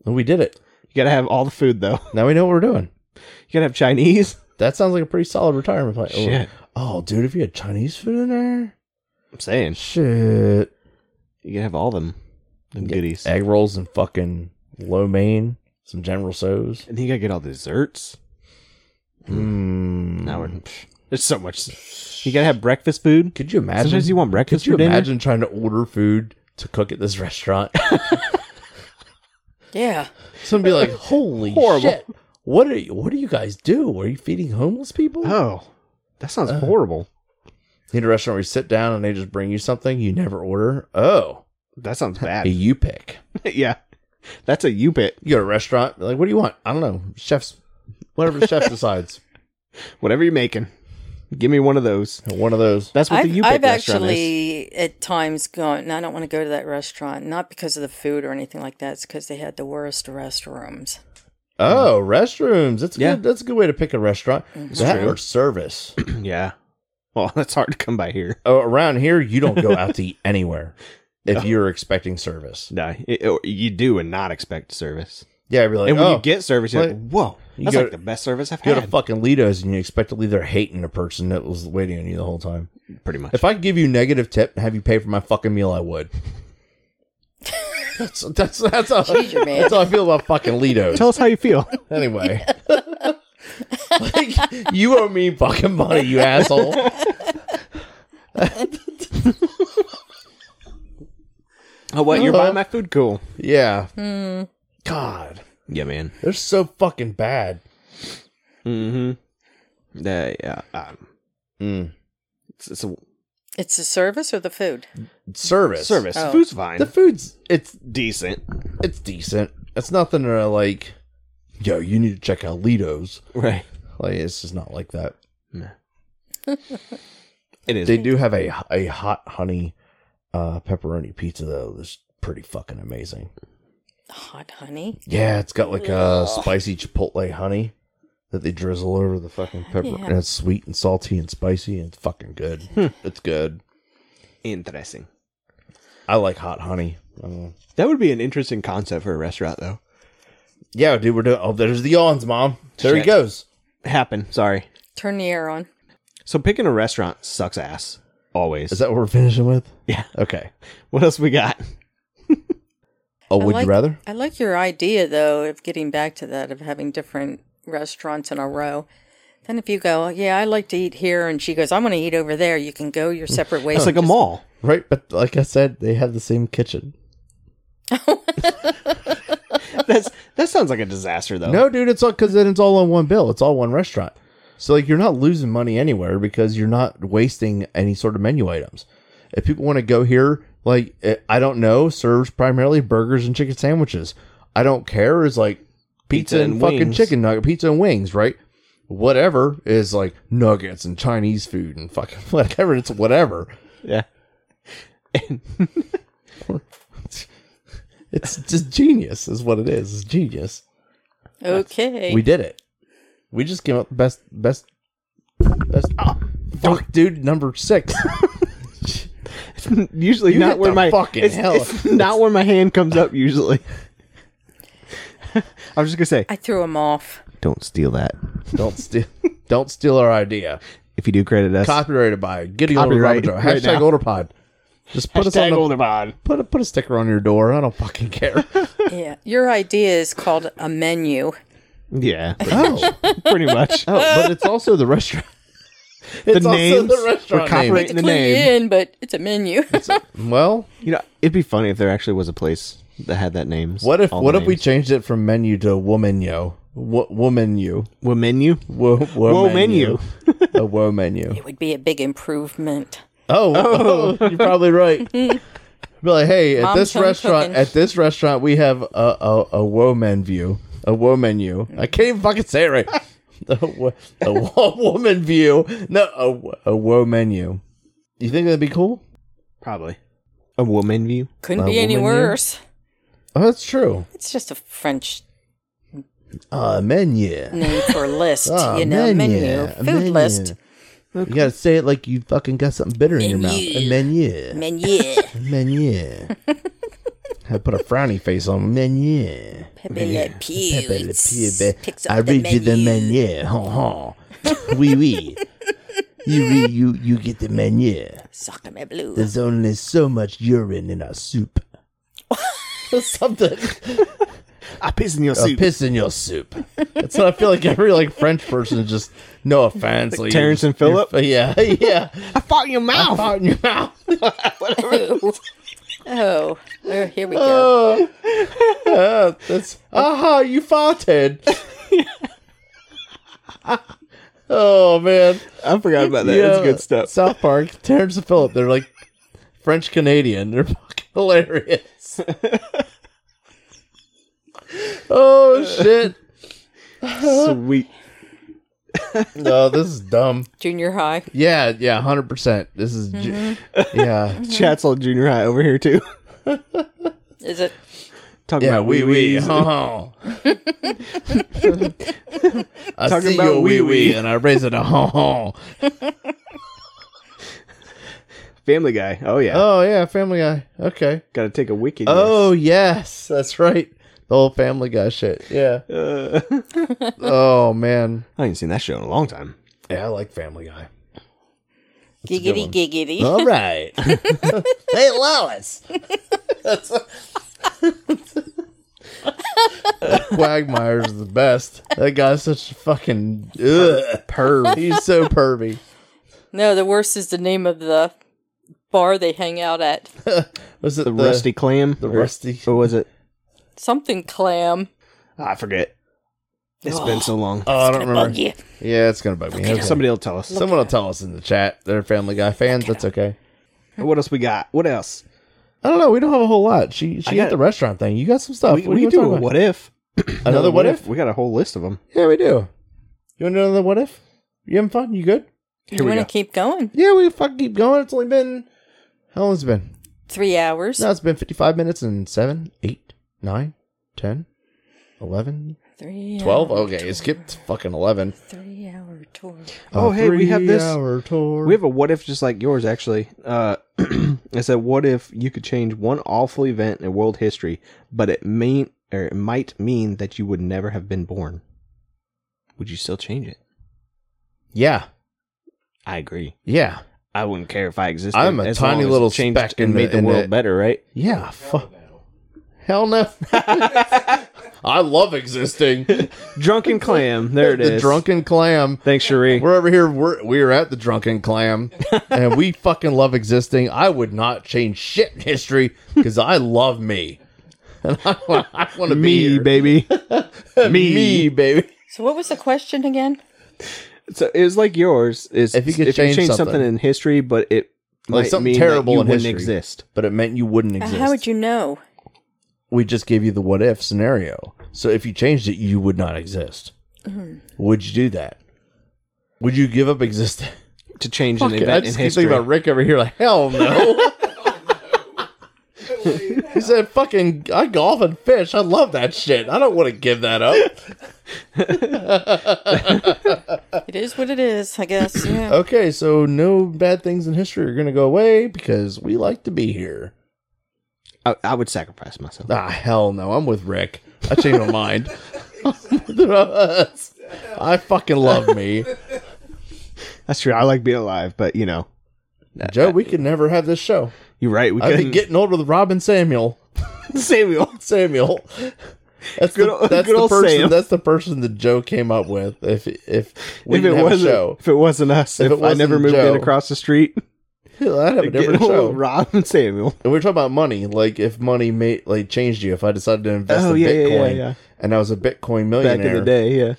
Speaker 3: And we did it.
Speaker 4: You gotta have all the food though.
Speaker 3: Now we know what we're doing.
Speaker 4: You gotta have Chinese.
Speaker 3: That sounds like a pretty solid retirement plan. Oh,
Speaker 4: Shit.
Speaker 3: Oh, dude, if you had Chinese food in there,
Speaker 4: I'm saying.
Speaker 3: shit.
Speaker 4: You gotta have all them. Them goodies.
Speaker 3: Egg rolls and fucking lo mein, some General So's.
Speaker 4: And then you gotta get all the desserts.
Speaker 3: Mm.
Speaker 4: Now we're psh, there's so much. You gotta have breakfast food.
Speaker 3: Could you imagine?
Speaker 4: Sometimes you want breakfast
Speaker 3: Could you
Speaker 4: for dinner?
Speaker 3: imagine trying to order food to cook at this restaurant?
Speaker 5: Yeah.
Speaker 3: Someone be like, "Holy
Speaker 4: Horrible.
Speaker 3: shit! What are you? What do you guys do? Are you feeding homeless people?"
Speaker 4: Oh, that sounds
Speaker 3: Uh.
Speaker 4: horrible.
Speaker 3: Need a restaurant where you sit down and they just bring you something you never order. Oh,
Speaker 4: That sounds
Speaker 3: a
Speaker 4: bad.
Speaker 3: you pick.
Speaker 4: yeah, that's a you bit.
Speaker 3: You go to a restaurant, be like, "What do you want?" I don't know. Chef's, whatever the chef decides.
Speaker 4: Whatever you're making, give me one of those.
Speaker 3: One of those.
Speaker 4: That's what
Speaker 5: I've,
Speaker 4: the you
Speaker 5: I've
Speaker 4: bit restaurant is.
Speaker 5: actually at times gone, and I don't want to go to that restaurant, not because of the food or anything like that. It's because they had the worst restrooms.
Speaker 3: Oh, restrooms. That's
Speaker 4: Yeah.
Speaker 3: good. That's a good way to pick a restaurant. That or service.
Speaker 4: Yeah. Well, that's hard to come by here.
Speaker 3: oh, around here, you don't go out to eat anywhere if you're expecting service.
Speaker 4: No, it- or you do and not expect service.
Speaker 3: Yeah, I'd be like,
Speaker 4: and when
Speaker 3: oh,
Speaker 4: you get service, you're like,
Speaker 3: like,
Speaker 4: whoa,
Speaker 3: you
Speaker 4: that's
Speaker 3: go
Speaker 4: like
Speaker 3: to-
Speaker 4: the best service I've
Speaker 3: you
Speaker 4: had.
Speaker 3: go to fucking Lido's and you expect to leave there hating the person that was waiting on you the whole time.
Speaker 4: Pretty much.
Speaker 3: If I could give you negative tip and have you pay for my fucking meal, I would. that's that's that's how,
Speaker 5: Jeez, your man.
Speaker 3: that's how I feel about fucking Lido's.
Speaker 4: Tell us how you feel.
Speaker 3: Anyway. like, you owe me fucking money, you asshole.
Speaker 4: oh, what? You're
Speaker 3: Uh-huh.
Speaker 4: buying my food? Cool.
Speaker 3: Yeah.
Speaker 4: Hmm.
Speaker 3: God.
Speaker 4: Yeah, man.
Speaker 3: They're so fucking bad.
Speaker 4: Mm-hmm. Yeah. yeah, um,
Speaker 3: Mm.
Speaker 4: it's, it's a
Speaker 5: It's the service or the food?
Speaker 3: Service.
Speaker 4: service.
Speaker 5: Oh.
Speaker 4: Food's fine.
Speaker 3: The food's it's
Speaker 4: Decent.
Speaker 3: it's decent. It's nothing to like yo, you need to check out Lido's.
Speaker 4: Right.
Speaker 3: Like it's just not like that.
Speaker 4: It is.
Speaker 3: They do have a a hot honey uh pepperoni pizza though. That's pretty fucking amazing.
Speaker 5: Hot honey.
Speaker 3: Yeah, it's got like a spicy chipotle honey that they drizzle over the fucking pepper
Speaker 5: Yeah.
Speaker 3: and it's sweet and salty and spicy and it's fucking good. it's good.
Speaker 4: Interesting.
Speaker 3: I like hot honey. Um,
Speaker 4: That would be an interesting concept for a restaurant, though.
Speaker 3: yeah, dude, we're doing. Oh, there's the yawns, mom. There he
Speaker 4: Shit.
Speaker 3: goes.
Speaker 4: Happen. Sorry.
Speaker 5: Turn the air on.
Speaker 4: So picking a restaurant sucks ass. Always.
Speaker 3: Is that what we're finishing with?
Speaker 4: yeah.
Speaker 3: Okay.
Speaker 4: What else we got?
Speaker 3: Oh,
Speaker 5: I
Speaker 3: would
Speaker 5: like-
Speaker 3: you rather?
Speaker 5: I like your idea though of getting back to that of having different restaurants in a row. Then if you go, yeah, I like to eat here, and she goes, I want to eat over there. You can go your separate ways.
Speaker 3: Oh,
Speaker 4: It's like a
Speaker 5: and
Speaker 4: mall.
Speaker 3: Right, but like I said, they have the same kitchen.
Speaker 4: That's that sounds like a disaster though.
Speaker 3: No, dude, it's all because then it's all on one bill. It's all one restaurant. So like you're not losing money anywhere because you're not wasting any sort of menu items. If people want to go here, like eh, I don't know, serves primarily burgers and chicken sandwiches. I don't care. Is like pizza,
Speaker 4: Pizza
Speaker 3: and,
Speaker 4: and
Speaker 3: fucking
Speaker 4: wings.
Speaker 3: chicken nugget, pizza and wings, right? Whatever is like nuggets and Chinese food and fucking whatever. It's whatever.
Speaker 4: Yeah.
Speaker 3: It's just genius, is what it is. It's genius.
Speaker 5: Okay.
Speaker 3: We did it. We just came up with best best best. Ah, fuck, dude, number six.
Speaker 4: usually
Speaker 3: You
Speaker 4: not
Speaker 3: hit
Speaker 4: where
Speaker 3: the
Speaker 4: my
Speaker 3: fucking
Speaker 4: it's,
Speaker 3: hell.
Speaker 4: it's not where my hand comes up usually. I was just gonna say,
Speaker 5: I threw him off.
Speaker 4: don't steal that.
Speaker 3: don't steal. Don't steal our idea.
Speaker 4: If you do credit us,
Speaker 3: Copyrighted by Giddy Older
Speaker 4: Copyright
Speaker 3: Robin Joe.
Speaker 4: right
Speaker 3: Hashtag
Speaker 4: now.
Speaker 3: Older Pod. Just put us on the,
Speaker 4: pod.
Speaker 3: put a, put a sticker on your door. I don't fucking care.
Speaker 5: Yeah. Your idea is called a menu.
Speaker 4: Yeah,
Speaker 3: oh, oh,
Speaker 4: pretty much.
Speaker 3: but it's also the restaurant. It's also
Speaker 4: names
Speaker 3: the
Speaker 4: were
Speaker 3: restaurant name.
Speaker 4: copyright-
Speaker 5: It's
Speaker 4: In the
Speaker 5: clue you
Speaker 4: name.
Speaker 5: in, but it's a menu.
Speaker 3: Well,
Speaker 4: You know, it'd be funny if there actually was a place that had that name.
Speaker 3: what if
Speaker 4: All
Speaker 3: what
Speaker 4: the
Speaker 3: if we
Speaker 4: names.
Speaker 3: changed it from menu to woman yo? Wo- woman you.
Speaker 4: What menu?
Speaker 3: Wo- wo
Speaker 4: Wo menu.
Speaker 3: a woe menu.
Speaker 5: it would be a big improvement.
Speaker 3: Oh, you're probably right. Be like, hey, at
Speaker 5: Mom's
Speaker 3: this
Speaker 5: home
Speaker 3: restaurant,
Speaker 5: cooking.
Speaker 3: at this restaurant, we have a a, a woe men view, a woe menu. I can't even fucking say it right. a, wo- a wo- woman view, no, a wo- a woe menu. You think that'd be cool?
Speaker 4: Probably a woman view.
Speaker 5: Couldn't
Speaker 3: A
Speaker 5: be any
Speaker 3: woman menu?
Speaker 5: worse.
Speaker 3: Oh, that's true.
Speaker 5: It's just a French
Speaker 3: A menu.
Speaker 5: name for list,
Speaker 3: Ah,
Speaker 5: you know, menu,
Speaker 3: menu,
Speaker 5: food
Speaker 3: menu.
Speaker 5: list,
Speaker 3: You gotta say it like you fucking got something bitter in your mouth. A menu.
Speaker 5: menu,
Speaker 3: Menu. I put a frowny face on menu.
Speaker 5: Pepe Le Pew,
Speaker 3: Pepe Eh, Le
Speaker 5: it's-
Speaker 3: Pew, ba-
Speaker 5: picks up
Speaker 3: I
Speaker 5: the
Speaker 3: read you the
Speaker 5: menu.
Speaker 3: menu. Ha ha. Wee wee. You read you you get the menu.
Speaker 5: Soccer me blue.
Speaker 3: There's only so much urine in our soup. Something.
Speaker 4: I piss in your
Speaker 3: A piss in your soup. That's what I feel like every like French person is just no offense. Like, you're
Speaker 4: Terrence
Speaker 3: just-
Speaker 4: and
Speaker 3: you're-
Speaker 4: Phillip?
Speaker 3: Yeah, yeah.
Speaker 4: I fought in your mouth.
Speaker 3: Fart in your mouth.
Speaker 5: Oh, oh, here we go.
Speaker 3: Uh, that's aha, you farted. oh man.
Speaker 4: I forgot about that. That's good stuff.
Speaker 3: South Park, Terrence and Phillip, they're like French Canadian. They're fucking hilarious. oh shit!
Speaker 4: Sweet.
Speaker 3: No, this is dumb.
Speaker 5: Junior high.
Speaker 3: Yeah, yeah, hundred percent. This is, ju- yeah,
Speaker 4: Chat's all junior high over here too.
Speaker 5: Is it?
Speaker 4: Talking
Speaker 3: yeah,
Speaker 4: about
Speaker 3: wee wee.
Speaker 4: wee-wees.
Speaker 3: huh, huh. I
Speaker 4: Talking
Speaker 3: see
Speaker 4: about
Speaker 3: your wee wee
Speaker 4: wee-wee.
Speaker 3: and I raise it a oh. huh huh.
Speaker 4: Family Guy. Oh yeah.
Speaker 3: uh, Oh yeah, Family Guy. Okay.
Speaker 4: Got to take a wicked.
Speaker 3: Oh yes, that's right. The whole Family Guy shit. Yeah.
Speaker 4: yes. Uh,
Speaker 3: Oh man.
Speaker 4: I ain't seen that show in a long time.
Speaker 3: Yeah, I like Family Guy.
Speaker 5: Giggity, giggity.
Speaker 3: All right. hey, Lois. That's- Quagmire's the best. That guy's such a fucking ugh, perv. He's so pervy.
Speaker 5: No, the worst is the name of the bar they hang out at.
Speaker 3: Was it
Speaker 4: The, Rusty Clam.
Speaker 3: The Rusty.
Speaker 4: Or was it? Ah,
Speaker 5: Something clam.
Speaker 4: I forget. It's been so long.
Speaker 3: Oh, I don't
Speaker 5: Bug
Speaker 3: remember.
Speaker 5: you.
Speaker 3: Yeah, it's gonna bug me. Okay.
Speaker 4: Somebody will tell us.
Speaker 3: Someone will tell us in the chat. They're Family Guy fans. That's okay.
Speaker 4: What else we got? What else?
Speaker 3: I don't know. We don't have a whole lot. She she
Speaker 4: got-
Speaker 3: ate the restaurant thing. You got some stuff.
Speaker 4: We,
Speaker 3: Uh, What
Speaker 4: we
Speaker 3: are you
Speaker 4: do
Speaker 3: talking
Speaker 4: a
Speaker 3: about?
Speaker 4: what if.
Speaker 3: Another what if?
Speaker 4: We got a whole list of them.
Speaker 3: Yeah, we do. You want to know another what if? You having fun? You good?
Speaker 5: You
Speaker 4: we
Speaker 5: want to
Speaker 4: go.
Speaker 5: keep going?
Speaker 3: Yeah, we fucking keep going. It's only been how long's it been?
Speaker 5: Three hours.
Speaker 3: No, it's been fifty-five minutes and seven, eight, nine, ten, eleven,
Speaker 5: Three.
Speaker 3: twelve.
Speaker 5: hour
Speaker 3: Okay,
Speaker 5: tour.
Speaker 3: it skipped fucking eleven.
Speaker 5: Three hour tour.
Speaker 4: Oh,
Speaker 3: A
Speaker 4: hey, we have this-
Speaker 3: three-hour tour.
Speaker 4: We have a what if just like yours, actually. Uh, it said, "What if you could change one awful event in world history, but it mean or it might mean that you would never have been born? Would you still change it?"
Speaker 3: yeah,
Speaker 4: I agree.
Speaker 3: yeah,
Speaker 4: I wouldn't care if I existed.
Speaker 3: I'm a
Speaker 4: as
Speaker 3: tiny
Speaker 4: long as it
Speaker 3: little
Speaker 4: changed
Speaker 3: speck in
Speaker 4: and
Speaker 3: the-
Speaker 4: made the
Speaker 3: in
Speaker 4: world
Speaker 3: the-
Speaker 4: better, right?
Speaker 3: yeah. Fu- Hell no. I love existing.
Speaker 4: Drunken clam. There it is.
Speaker 3: the drunken clam.
Speaker 4: Thanks, Cherie.
Speaker 3: We're over here. We're we're at the drunken clam, and we fucking love existing. I would not change shit in history because I love me, and I want I want to be
Speaker 4: Me,
Speaker 3: here.
Speaker 4: baby.
Speaker 3: me, baby.
Speaker 5: So what was the question again?
Speaker 4: So it was like yours. Is
Speaker 3: If you could change
Speaker 4: change something.
Speaker 3: something.
Speaker 4: in history, but it
Speaker 3: Like
Speaker 4: might
Speaker 3: something
Speaker 4: mean
Speaker 3: terrible
Speaker 4: that you
Speaker 3: in
Speaker 4: wouldn't
Speaker 3: history.
Speaker 4: exist.
Speaker 3: But it meant you wouldn't exist.
Speaker 5: Uh, How would you know?
Speaker 3: we just gave you the what if scenario. So if you changed it, you would not exist.
Speaker 5: Mm-hmm.
Speaker 3: Would you do that? Would you give up existing?
Speaker 4: To change an
Speaker 3: Fuck it, I
Speaker 4: event in
Speaker 3: just keep thinking
Speaker 4: history.
Speaker 3: about Rick over here. Like hell no. he said, "Fucking, I golf and fish. I love that shit. I don't want to give that up."
Speaker 5: It is what it is, I guess. Yeah.
Speaker 3: Okay, so no bad things in history are gonna go away because we like to be here.
Speaker 4: I, I would sacrifice myself.
Speaker 3: Ah, hell no. I'm with Rick. I changed my mind. I'm with us. I fucking love me.
Speaker 4: That's true. I like being alive, but you know,
Speaker 3: Joe, we could never have this show.
Speaker 4: you're right. We
Speaker 3: I've
Speaker 4: couldn't
Speaker 3: been getting older with Robin Samuel.
Speaker 4: Samuel.
Speaker 3: Samuel. That's
Speaker 4: Good
Speaker 3: the,
Speaker 4: ol-
Speaker 3: that's
Speaker 4: good
Speaker 3: the
Speaker 4: ol'
Speaker 3: person.
Speaker 4: Sam.
Speaker 3: That's the person that Joe came up with. If if we
Speaker 4: if
Speaker 3: didn't
Speaker 4: it
Speaker 3: have
Speaker 4: wasn't,
Speaker 3: a show,
Speaker 4: if it wasn't us,
Speaker 3: If
Speaker 4: if,
Speaker 3: it
Speaker 4: I
Speaker 3: wasn't
Speaker 4: never moved
Speaker 3: Joe.
Speaker 4: in across the street,
Speaker 3: I'd have a
Speaker 4: get
Speaker 3: different show.
Speaker 4: old Rob and Samuel.
Speaker 3: And we were talking about money. Like if money made like changed you. If I decided to invest
Speaker 4: Oh,
Speaker 3: in
Speaker 4: yeah, yeah,
Speaker 3: Bitcoin
Speaker 4: yeah, yeah.
Speaker 3: and I was a Bitcoin millionaire,
Speaker 4: Back in the day, yeah.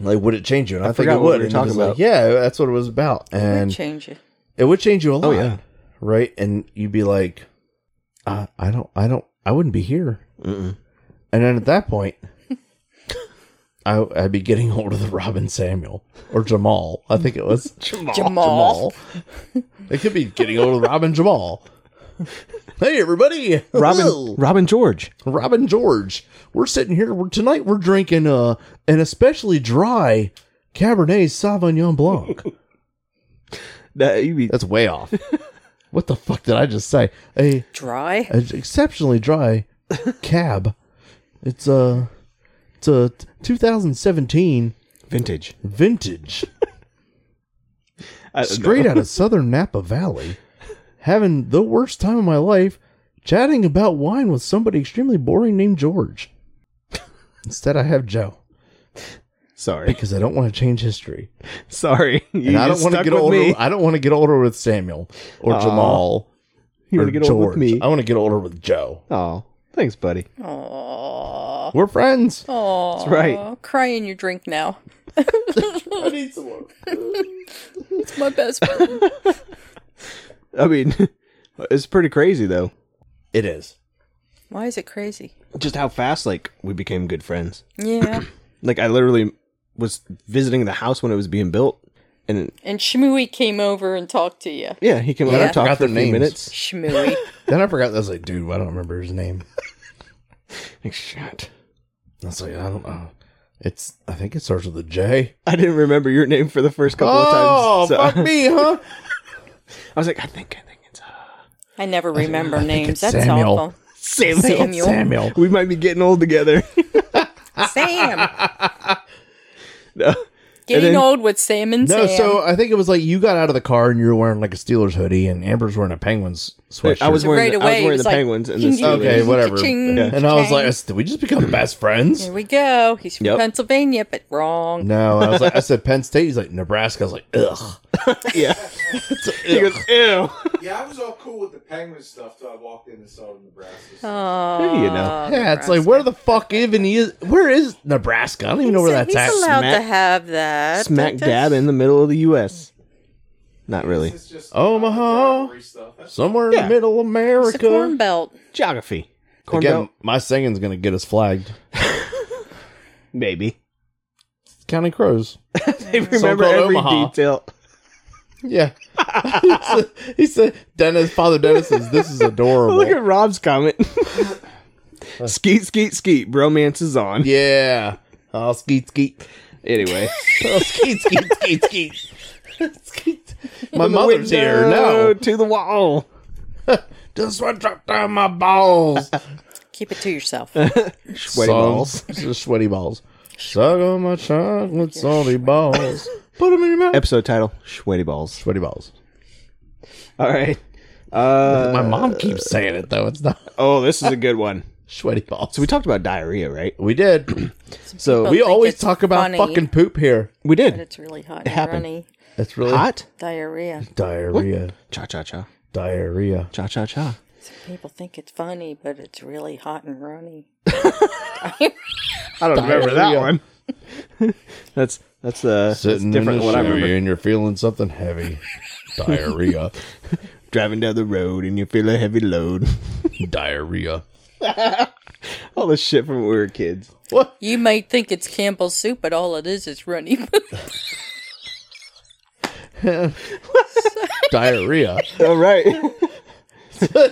Speaker 3: like would it change you? And I, think it
Speaker 4: forgot what we
Speaker 3: would.
Speaker 4: were
Speaker 3: And it
Speaker 4: talking
Speaker 3: was like,
Speaker 4: about.
Speaker 3: yeah, that's what it was about. And
Speaker 5: Change it.
Speaker 3: it would change you a lot.
Speaker 4: yeah.
Speaker 3: Right? And you'd be like, I, I don't, I don't, I wouldn't be here. And then at that point, I, I'd be getting hold of the Robin Samuel or Jamal. I think it was Jamal.
Speaker 5: Jamal.
Speaker 3: it could be getting hold of Robin Jamal. Hey everybody,
Speaker 4: Robin,
Speaker 3: Hello.
Speaker 4: Robin George.
Speaker 3: Robin George. We're sitting here we're, tonight. We're drinking uh, an especially dry Cabernet Sauvignon Blanc.
Speaker 4: That, you'd be
Speaker 3: That's way off. what the fuck did I just say? A,
Speaker 5: Dry.
Speaker 3: a exceptionally dry cab. It's a it's a 2017
Speaker 4: vintage.
Speaker 3: vintage,
Speaker 4: I don't know.
Speaker 3: straight out of Southern Napa Valley. Having the worst time of my life, chatting about wine with somebody extremely boring named George. Instead, I have Joe
Speaker 4: Sorry,
Speaker 3: because I don't want to change history,
Speaker 4: sorry. You
Speaker 3: and I don't
Speaker 4: just
Speaker 3: want to
Speaker 4: stuck
Speaker 3: get
Speaker 4: with
Speaker 3: older.
Speaker 4: me.
Speaker 3: I don't want to get older with Samuel or
Speaker 4: Aw.
Speaker 3: Jamal
Speaker 4: You
Speaker 3: or
Speaker 4: want to get
Speaker 3: George.
Speaker 4: old with me?
Speaker 3: I want to get older with Joe.
Speaker 4: Oh, thanks, buddy.
Speaker 5: Oh.
Speaker 3: We're friends.
Speaker 5: Oh. That's
Speaker 4: right.
Speaker 5: Cry in your drink now.
Speaker 3: I need some more.
Speaker 5: It's my best. friend.
Speaker 4: I mean, it's pretty crazy though.
Speaker 3: It is.
Speaker 5: Why is it crazy?
Speaker 4: Just how fast like we became good friends.
Speaker 5: Yeah.
Speaker 4: Like I literally was visiting the house when it was being built, and
Speaker 5: And Shmooey came over and talked to you.
Speaker 4: yeah, he came
Speaker 3: I
Speaker 4: over and
Speaker 3: forgot
Speaker 4: talked for
Speaker 3: their
Speaker 4: a
Speaker 3: names.
Speaker 4: few minutes.
Speaker 5: Shmooey.
Speaker 3: Then I forgot. I was like, dude, I don't remember his name.
Speaker 4: Like, shit,
Speaker 3: I was like, I don't know. It's. I think it starts with a J.
Speaker 4: I didn't remember your name for the first couple
Speaker 3: Oh,
Speaker 4: of times. so-
Speaker 3: me, huh?
Speaker 4: I was like, I think, I think it's uh,
Speaker 5: I never remember names.
Speaker 3: it's
Speaker 5: That's
Speaker 3: Samuel.
Speaker 5: awful.
Speaker 4: Samuel.
Speaker 5: Samuel.
Speaker 3: Samuel.
Speaker 4: We might be getting old together.
Speaker 5: Sam.
Speaker 4: No.
Speaker 5: Getting
Speaker 4: then-
Speaker 5: old with Sam and
Speaker 3: No,
Speaker 5: Sam.
Speaker 3: so I think it was like you got out of the car and you were wearing like a Steelers hoodie, and Amber's wearing a Penguins sweatshirt.
Speaker 4: I was
Speaker 5: right
Speaker 4: wearing the, I
Speaker 5: away,
Speaker 4: was
Speaker 5: it
Speaker 4: wearing
Speaker 5: was
Speaker 4: the
Speaker 5: like,
Speaker 4: penguins and the
Speaker 5: "Ching, ching,
Speaker 4: Steelers.
Speaker 3: okay, whatever.
Speaker 5: Ka-ching,
Speaker 3: And I was
Speaker 5: ka-ching.
Speaker 3: like, did we just become best friends?
Speaker 5: Here we go. He's from
Speaker 4: Yep.
Speaker 5: Pennsylvania, but wrong.
Speaker 3: No, I was like, I said Penn State. He's like Nebraska. I was like, ugh.
Speaker 4: Yeah. he goes, ew.
Speaker 2: Yeah, I was all cool with the penguin stuff till I walked in and saw the Nebraska. stuff.
Speaker 5: Oh,
Speaker 4: you know.
Speaker 3: Yeah, it's like where the fuck even is? Where is Nebraska? I don't even know where that's
Speaker 5: he's
Speaker 3: at.
Speaker 5: allowed
Speaker 4: Smack-
Speaker 5: to have that.
Speaker 4: Smack
Speaker 5: That-
Speaker 4: dab in the middle of the U.S. Not really.
Speaker 2: It's just
Speaker 3: Oh. Omaha.
Speaker 2: rivalry stuff. That's
Speaker 3: Somewhere
Speaker 4: Yeah.
Speaker 3: in Middle
Speaker 5: It's the Corn
Speaker 3: America.
Speaker 5: Belt.
Speaker 4: Geography. Corn
Speaker 3: Again,
Speaker 4: Belt,
Speaker 3: my singing's gonna get us flagged.
Speaker 4: maybe.
Speaker 3: County Crows.
Speaker 4: They remember
Speaker 3: So-called
Speaker 4: every
Speaker 3: Omaha.
Speaker 4: detail.
Speaker 3: Yeah. he, said, he said, Dennis, Father Dennis says, this is adorable.
Speaker 4: Look at Rob's comment. skeet, skeet, skeet. Bromance is on.
Speaker 3: yeah. Oh, skeet, skeet.
Speaker 4: Anyway.
Speaker 3: Oh, skeet, skeet, skeet, skeet. skeet. My
Speaker 4: From the
Speaker 3: mother's here.
Speaker 4: window
Speaker 3: No.
Speaker 4: To the wall.
Speaker 3: Just what dropped down my balls.
Speaker 5: Keep it to yourself.
Speaker 4: Sweaty balls.
Speaker 3: Just sweaty balls. Suck on my chocolate salty balls. Put them in your mouth.
Speaker 4: Episode title Sweaty Balls.
Speaker 3: sweaty balls.
Speaker 4: All right. Uh,
Speaker 3: my mom keeps saying it, though. It's not.
Speaker 4: oh, this is a good one.
Speaker 3: Sweaty balls.
Speaker 4: So we talked about diarrhea, right?
Speaker 3: we did.
Speaker 4: So we,
Speaker 5: People
Speaker 3: we
Speaker 5: think
Speaker 3: always
Speaker 5: it's
Speaker 3: talk about
Speaker 5: funny.
Speaker 3: fucking poop here.
Speaker 4: we
Speaker 5: But
Speaker 4: did.
Speaker 5: it's really hot and
Speaker 4: happened.
Speaker 5: runny.
Speaker 3: That's really
Speaker 4: Hot.
Speaker 5: Diarrhea.
Speaker 3: diarrhea.
Speaker 4: Cha cha cha.
Speaker 3: Diarrhea.
Speaker 4: Cha cha cha.
Speaker 5: People think it's funny, but it's really hot and runny.
Speaker 4: I don't remember
Speaker 3: Diarrhea.
Speaker 4: that one. that's that's uh that's
Speaker 3: Sitting different
Speaker 4: different than
Speaker 3: in
Speaker 4: what
Speaker 3: the
Speaker 4: I
Speaker 3: shower
Speaker 4: remember.
Speaker 3: and you're feeling something heavy. diarrhea.
Speaker 4: Driving down the road and you feel a heavy load.
Speaker 3: Diarrhea.
Speaker 4: All this shit from when we were kids.
Speaker 5: You might think it's Campbell's soup, but all it is is runny poop.
Speaker 3: Diarrhea.
Speaker 4: All right.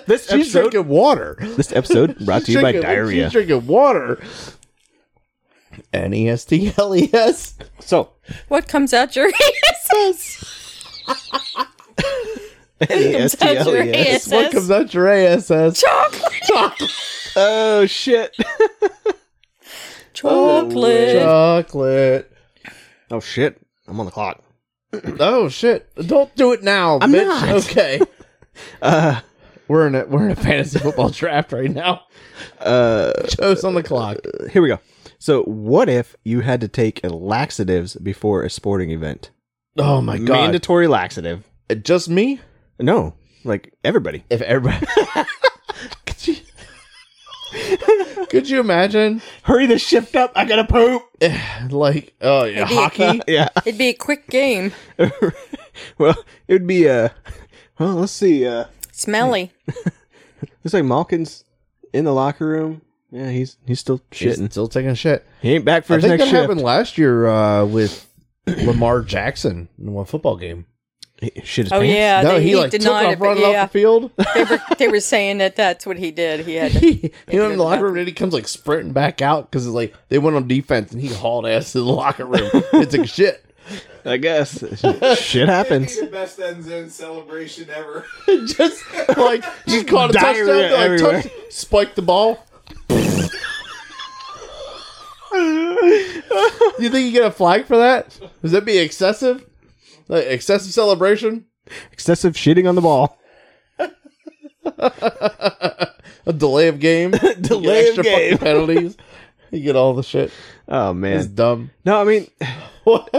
Speaker 4: this
Speaker 3: She's
Speaker 4: episode,
Speaker 3: drinking water.
Speaker 4: this episode brought to you by
Speaker 3: Drinking-
Speaker 4: diarrhea.
Speaker 3: She's drinking water. N E S T L E S.
Speaker 4: So
Speaker 5: What comes out your ass? out your
Speaker 4: N-E-S-T-L-E-S.
Speaker 5: ass.
Speaker 3: E What comes out your ASS?
Speaker 5: Chocolate.
Speaker 4: Oh shit.
Speaker 5: Chocolate.
Speaker 3: Chocolate.
Speaker 4: Oh shit. I'm on the clock.
Speaker 3: Oh shit! Don't do it now.
Speaker 4: I'm
Speaker 3: bitch.
Speaker 4: not.
Speaker 3: Okay. uh, we're in a we're in a fantasy football draft right now. Uh, Joe's on the clock.
Speaker 4: Here we go. So what if you had to take laxatives before a sporting event?
Speaker 3: Oh my god!
Speaker 4: Mandatory laxative.
Speaker 3: Just me?
Speaker 4: No. Like everybody.
Speaker 3: If everybody. could, you, could you imagine?
Speaker 4: Hurry the shift up. I gotta poop.
Speaker 3: Like, oh yeah,
Speaker 5: Maybe-
Speaker 3: hockey.
Speaker 4: Yeah.
Speaker 5: It'd be a quick game.
Speaker 4: well, it would be uh well, let's see, uh
Speaker 5: Smelly.
Speaker 4: looks like Malkin's in the locker room. Yeah, he's he's still
Speaker 3: He's
Speaker 4: shitting.
Speaker 3: Still taking a shit.
Speaker 4: He ain't back for
Speaker 3: I
Speaker 4: his
Speaker 3: think
Speaker 4: next
Speaker 3: that
Speaker 4: shift.
Speaker 3: happened last year uh, with Lamar Jackson in one football game.
Speaker 4: He shit his
Speaker 5: Oh
Speaker 4: pants.
Speaker 5: yeah,
Speaker 3: no,
Speaker 5: they,
Speaker 3: he,
Speaker 5: he,
Speaker 3: like took
Speaker 5: denied
Speaker 3: off
Speaker 5: it, but
Speaker 3: running
Speaker 5: yeah,
Speaker 3: off the field.
Speaker 5: they, were, they were saying that that's what he did. He had to,
Speaker 3: he, he went in the locker room and he comes like sprinting back out because it's like they went on defense and he hauled ass to the locker room. it's like shit.
Speaker 4: I guess. shit happens.
Speaker 2: The best end zone celebration ever.
Speaker 3: just like just caught a
Speaker 4: Diarrhea
Speaker 3: touchdown, like,
Speaker 4: everywhere.
Speaker 3: touch, spiked the ball. you think you get a flag for that? Does that be excessive? Like excessive celebration?
Speaker 4: Excessive shitting on the ball.
Speaker 3: A delay of game?
Speaker 4: Delay of
Speaker 3: You get extra fucking
Speaker 4: game.
Speaker 3: penalties. You get all the shit.
Speaker 4: Oh
Speaker 3: It's
Speaker 4: man.
Speaker 3: dumb.
Speaker 4: No, I mean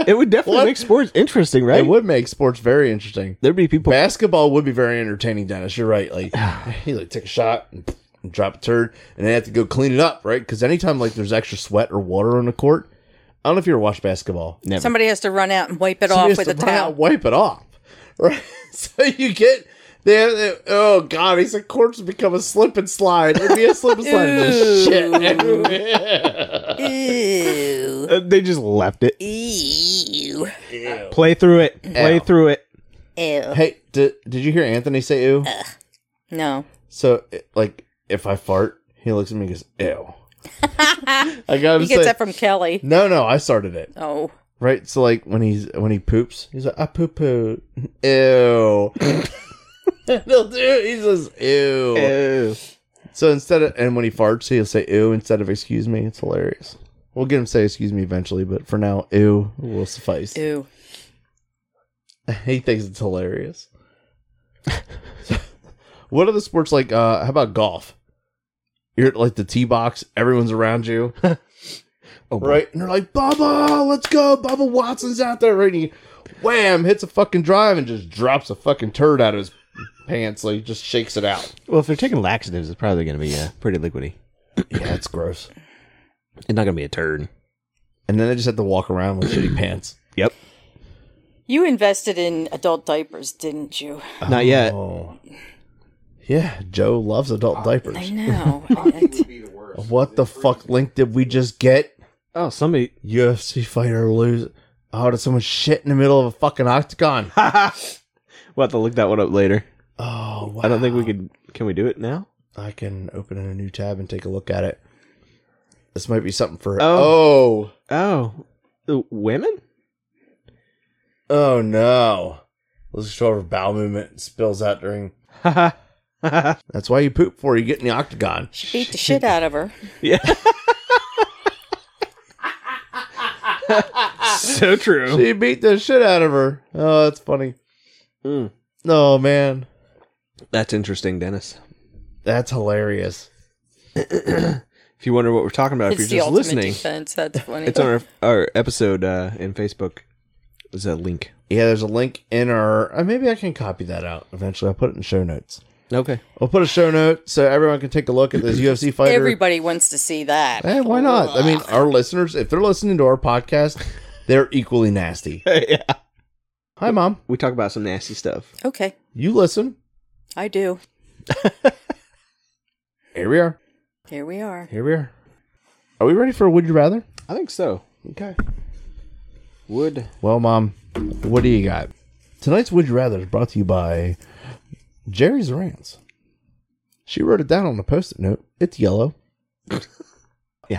Speaker 4: it would definitely
Speaker 3: What?
Speaker 4: make sports interesting, right?
Speaker 3: It would make sports very interesting.
Speaker 4: There'd be people
Speaker 3: basketball would be very entertaining, Dennis. You're right. Like he like took a shot and, and drop a turd, and they have to go clean it up, right? Because anytime like there's extra sweat or water on the court, I don't know if you ever watched basketball.
Speaker 4: never
Speaker 5: somebody has to run out and wipe it
Speaker 3: You
Speaker 5: off
Speaker 3: just
Speaker 5: with a
Speaker 3: run out,
Speaker 5: towel.
Speaker 3: wipe it off, right? so you get. They have, they- oh god, he's like courts would become a slip and slide. It'd be a slip and slide. There's shit everywhere.
Speaker 5: Ew.
Speaker 4: Uh, they just left it.
Speaker 5: Ew.
Speaker 4: Play through it. Play
Speaker 3: Ow.
Speaker 4: through it.
Speaker 5: Ew.
Speaker 3: hey, did did you hear Anthony say ew?
Speaker 5: No.
Speaker 3: So it- like, if I fart, he looks at me and goes ew. I gotta
Speaker 5: He gets
Speaker 3: say,
Speaker 5: that from Kelly.
Speaker 3: No, no, I started it.
Speaker 5: Oh.
Speaker 3: Right? So like when he's when he poops, he's like, I poo poo. Ew. He'll do it. He says ew. So instead of and when he farts, he'll say ew instead of excuse me. It's hilarious. We'll get him to say excuse me eventually, but for now, ew will suffice.
Speaker 5: Ew.
Speaker 3: He thinks it's hilarious. what are the sports like? Uh, how about golf? You're at like the tee box. Everyone's around you,
Speaker 4: Oh, boy.
Speaker 3: right? And they're like, "Bubba, let's go!" Bubba Watson's out there, right? And he, wham, hits a fucking drive and just drops a fucking turd out of his pants. Like, just shakes it out.
Speaker 4: Well, if they're taking laxatives, it's probably going to be uh, pretty liquidy.
Speaker 3: Yeah, it's gross.
Speaker 4: It's not going to be a turd.
Speaker 3: And then they just have to walk around with shitty pants.
Speaker 4: Yep.
Speaker 5: You invested in adult diapers, didn't you?
Speaker 4: Not yet.
Speaker 3: Oh, yeah. Joe loves adult
Speaker 5: I
Speaker 3: diapers.
Speaker 5: know. It-
Speaker 3: What the fuck link did we just get?
Speaker 4: Oh, somebody.
Speaker 3: UFC fighter lose. Oh, did someone shit in the middle of a fucking octagon?
Speaker 4: we'll have to look that one up later.
Speaker 3: Oh, wow.
Speaker 4: I don't think we could. Can we do it now?
Speaker 3: I can open in a new tab and take a look at it. This might be something for.
Speaker 4: Oh.
Speaker 3: Oh,
Speaker 4: Oh. The women?
Speaker 3: oh, no! Let's show over bowel movement and spills out during.
Speaker 4: yeah.
Speaker 3: That's why you poop before you get in the octagon.
Speaker 5: She beat the shit out of her.
Speaker 4: so true.
Speaker 3: She beat the shit out of her. Oh, that's funny.
Speaker 4: Mm.
Speaker 3: Oh man,
Speaker 4: That's interesting, Dennis.
Speaker 3: that's hilarious.
Speaker 4: if you wonder what we're talking about, if
Speaker 5: it's
Speaker 4: you're
Speaker 5: the
Speaker 4: just
Speaker 5: ultimate
Speaker 4: listening,
Speaker 5: defense. That's funny.
Speaker 4: it's on our, our episode uh, in Facebook. There's a link.
Speaker 3: Yeah, there's a link in our. Uh, maybe I can copy that out eventually. I'll put it in show notes.
Speaker 4: Okay.
Speaker 3: I'll put a show note so everyone can take a look at this UFC fighter.
Speaker 5: Everybody wants to see that.
Speaker 3: Eh, why not? I mean, our listeners, if they're listening to our podcast, they're equally nasty.
Speaker 4: yeah.
Speaker 3: Hi, mom.
Speaker 4: We talk about some nasty stuff.
Speaker 5: Okay,
Speaker 3: You listen.
Speaker 5: I do.
Speaker 3: Here we are.
Speaker 5: Here we are.
Speaker 3: Here we are. Are we ready for a would you rather?
Speaker 4: I think so.
Speaker 3: Okay.
Speaker 4: Would
Speaker 3: Well, mom, what do you got? Tonight's would you rather is brought to you by Jerry's Rants. She wrote it down on a post-it note. It's yellow.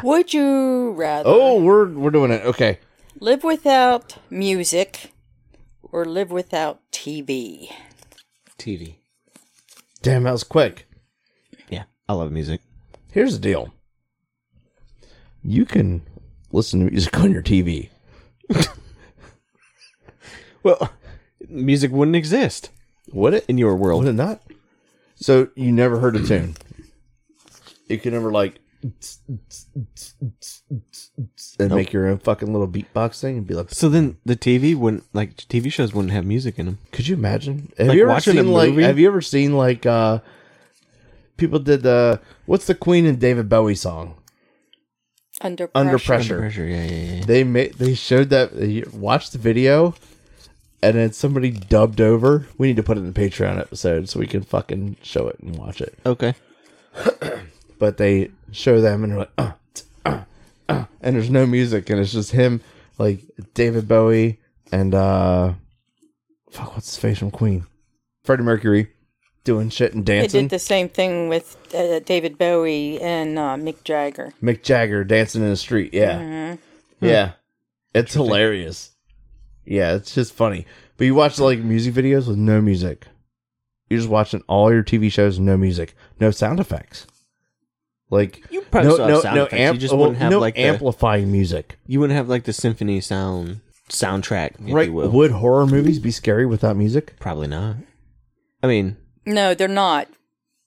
Speaker 5: Would you rather
Speaker 3: Oh, we're we're doing it. Okay.
Speaker 5: live without music or live without TV?
Speaker 4: TV?
Speaker 3: Damn, that was quick.
Speaker 4: Yeah, I love music.
Speaker 3: Here's the deal. You can listen to music on your TV.
Speaker 4: Well, music wouldn't exist
Speaker 3: Would it?
Speaker 4: in your world.
Speaker 3: Would it not? So you never heard a tune. You could never like and make your own fucking little beatbox thing and be like,
Speaker 4: So then the TV wouldn't like TV shows wouldn't have music in them.
Speaker 3: could you imagine? Have
Speaker 4: Like
Speaker 3: you ever
Speaker 4: watching a
Speaker 3: seen like
Speaker 4: movie?
Speaker 3: have you ever seen like uh people did the what's the Queen and David Bowie song?
Speaker 5: Under pressure.
Speaker 3: Under pressure.
Speaker 4: yeah, yeah, yeah.
Speaker 3: They made they showed that they watched the video and then somebody dubbed over. We need to put it in the Patreon episode so we can fucking show it and watch it.
Speaker 4: Okay.
Speaker 3: but they show them and they're like, uh, t- uh, uh, and there's no music, and it's just him, like David Bowie and uh, fuck, what's his face from Queen, Freddie Mercury, doing shit and
Speaker 5: They
Speaker 3: dancing.
Speaker 5: did the same thing with uh, David Bowie and uh, Mick Jagger.
Speaker 3: Mick Jagger dancing in the street. Yeah,
Speaker 5: Mm-hmm.
Speaker 3: yeah, it's hilarious. Yeah, it's just funny. But you watch like music videos with no music. You're just watching all your TV shows, no music, no sound effects. Like
Speaker 4: You probably still have sound effects, you just
Speaker 3: well,
Speaker 4: wouldn't have,
Speaker 3: no
Speaker 4: like, the-
Speaker 3: amplifying music.
Speaker 4: You wouldn't have like the symphony sound soundtrack, if
Speaker 3: right
Speaker 4: You will.
Speaker 3: would horror movies be scary without music
Speaker 4: Probably not. I mean,
Speaker 5: No, they're not.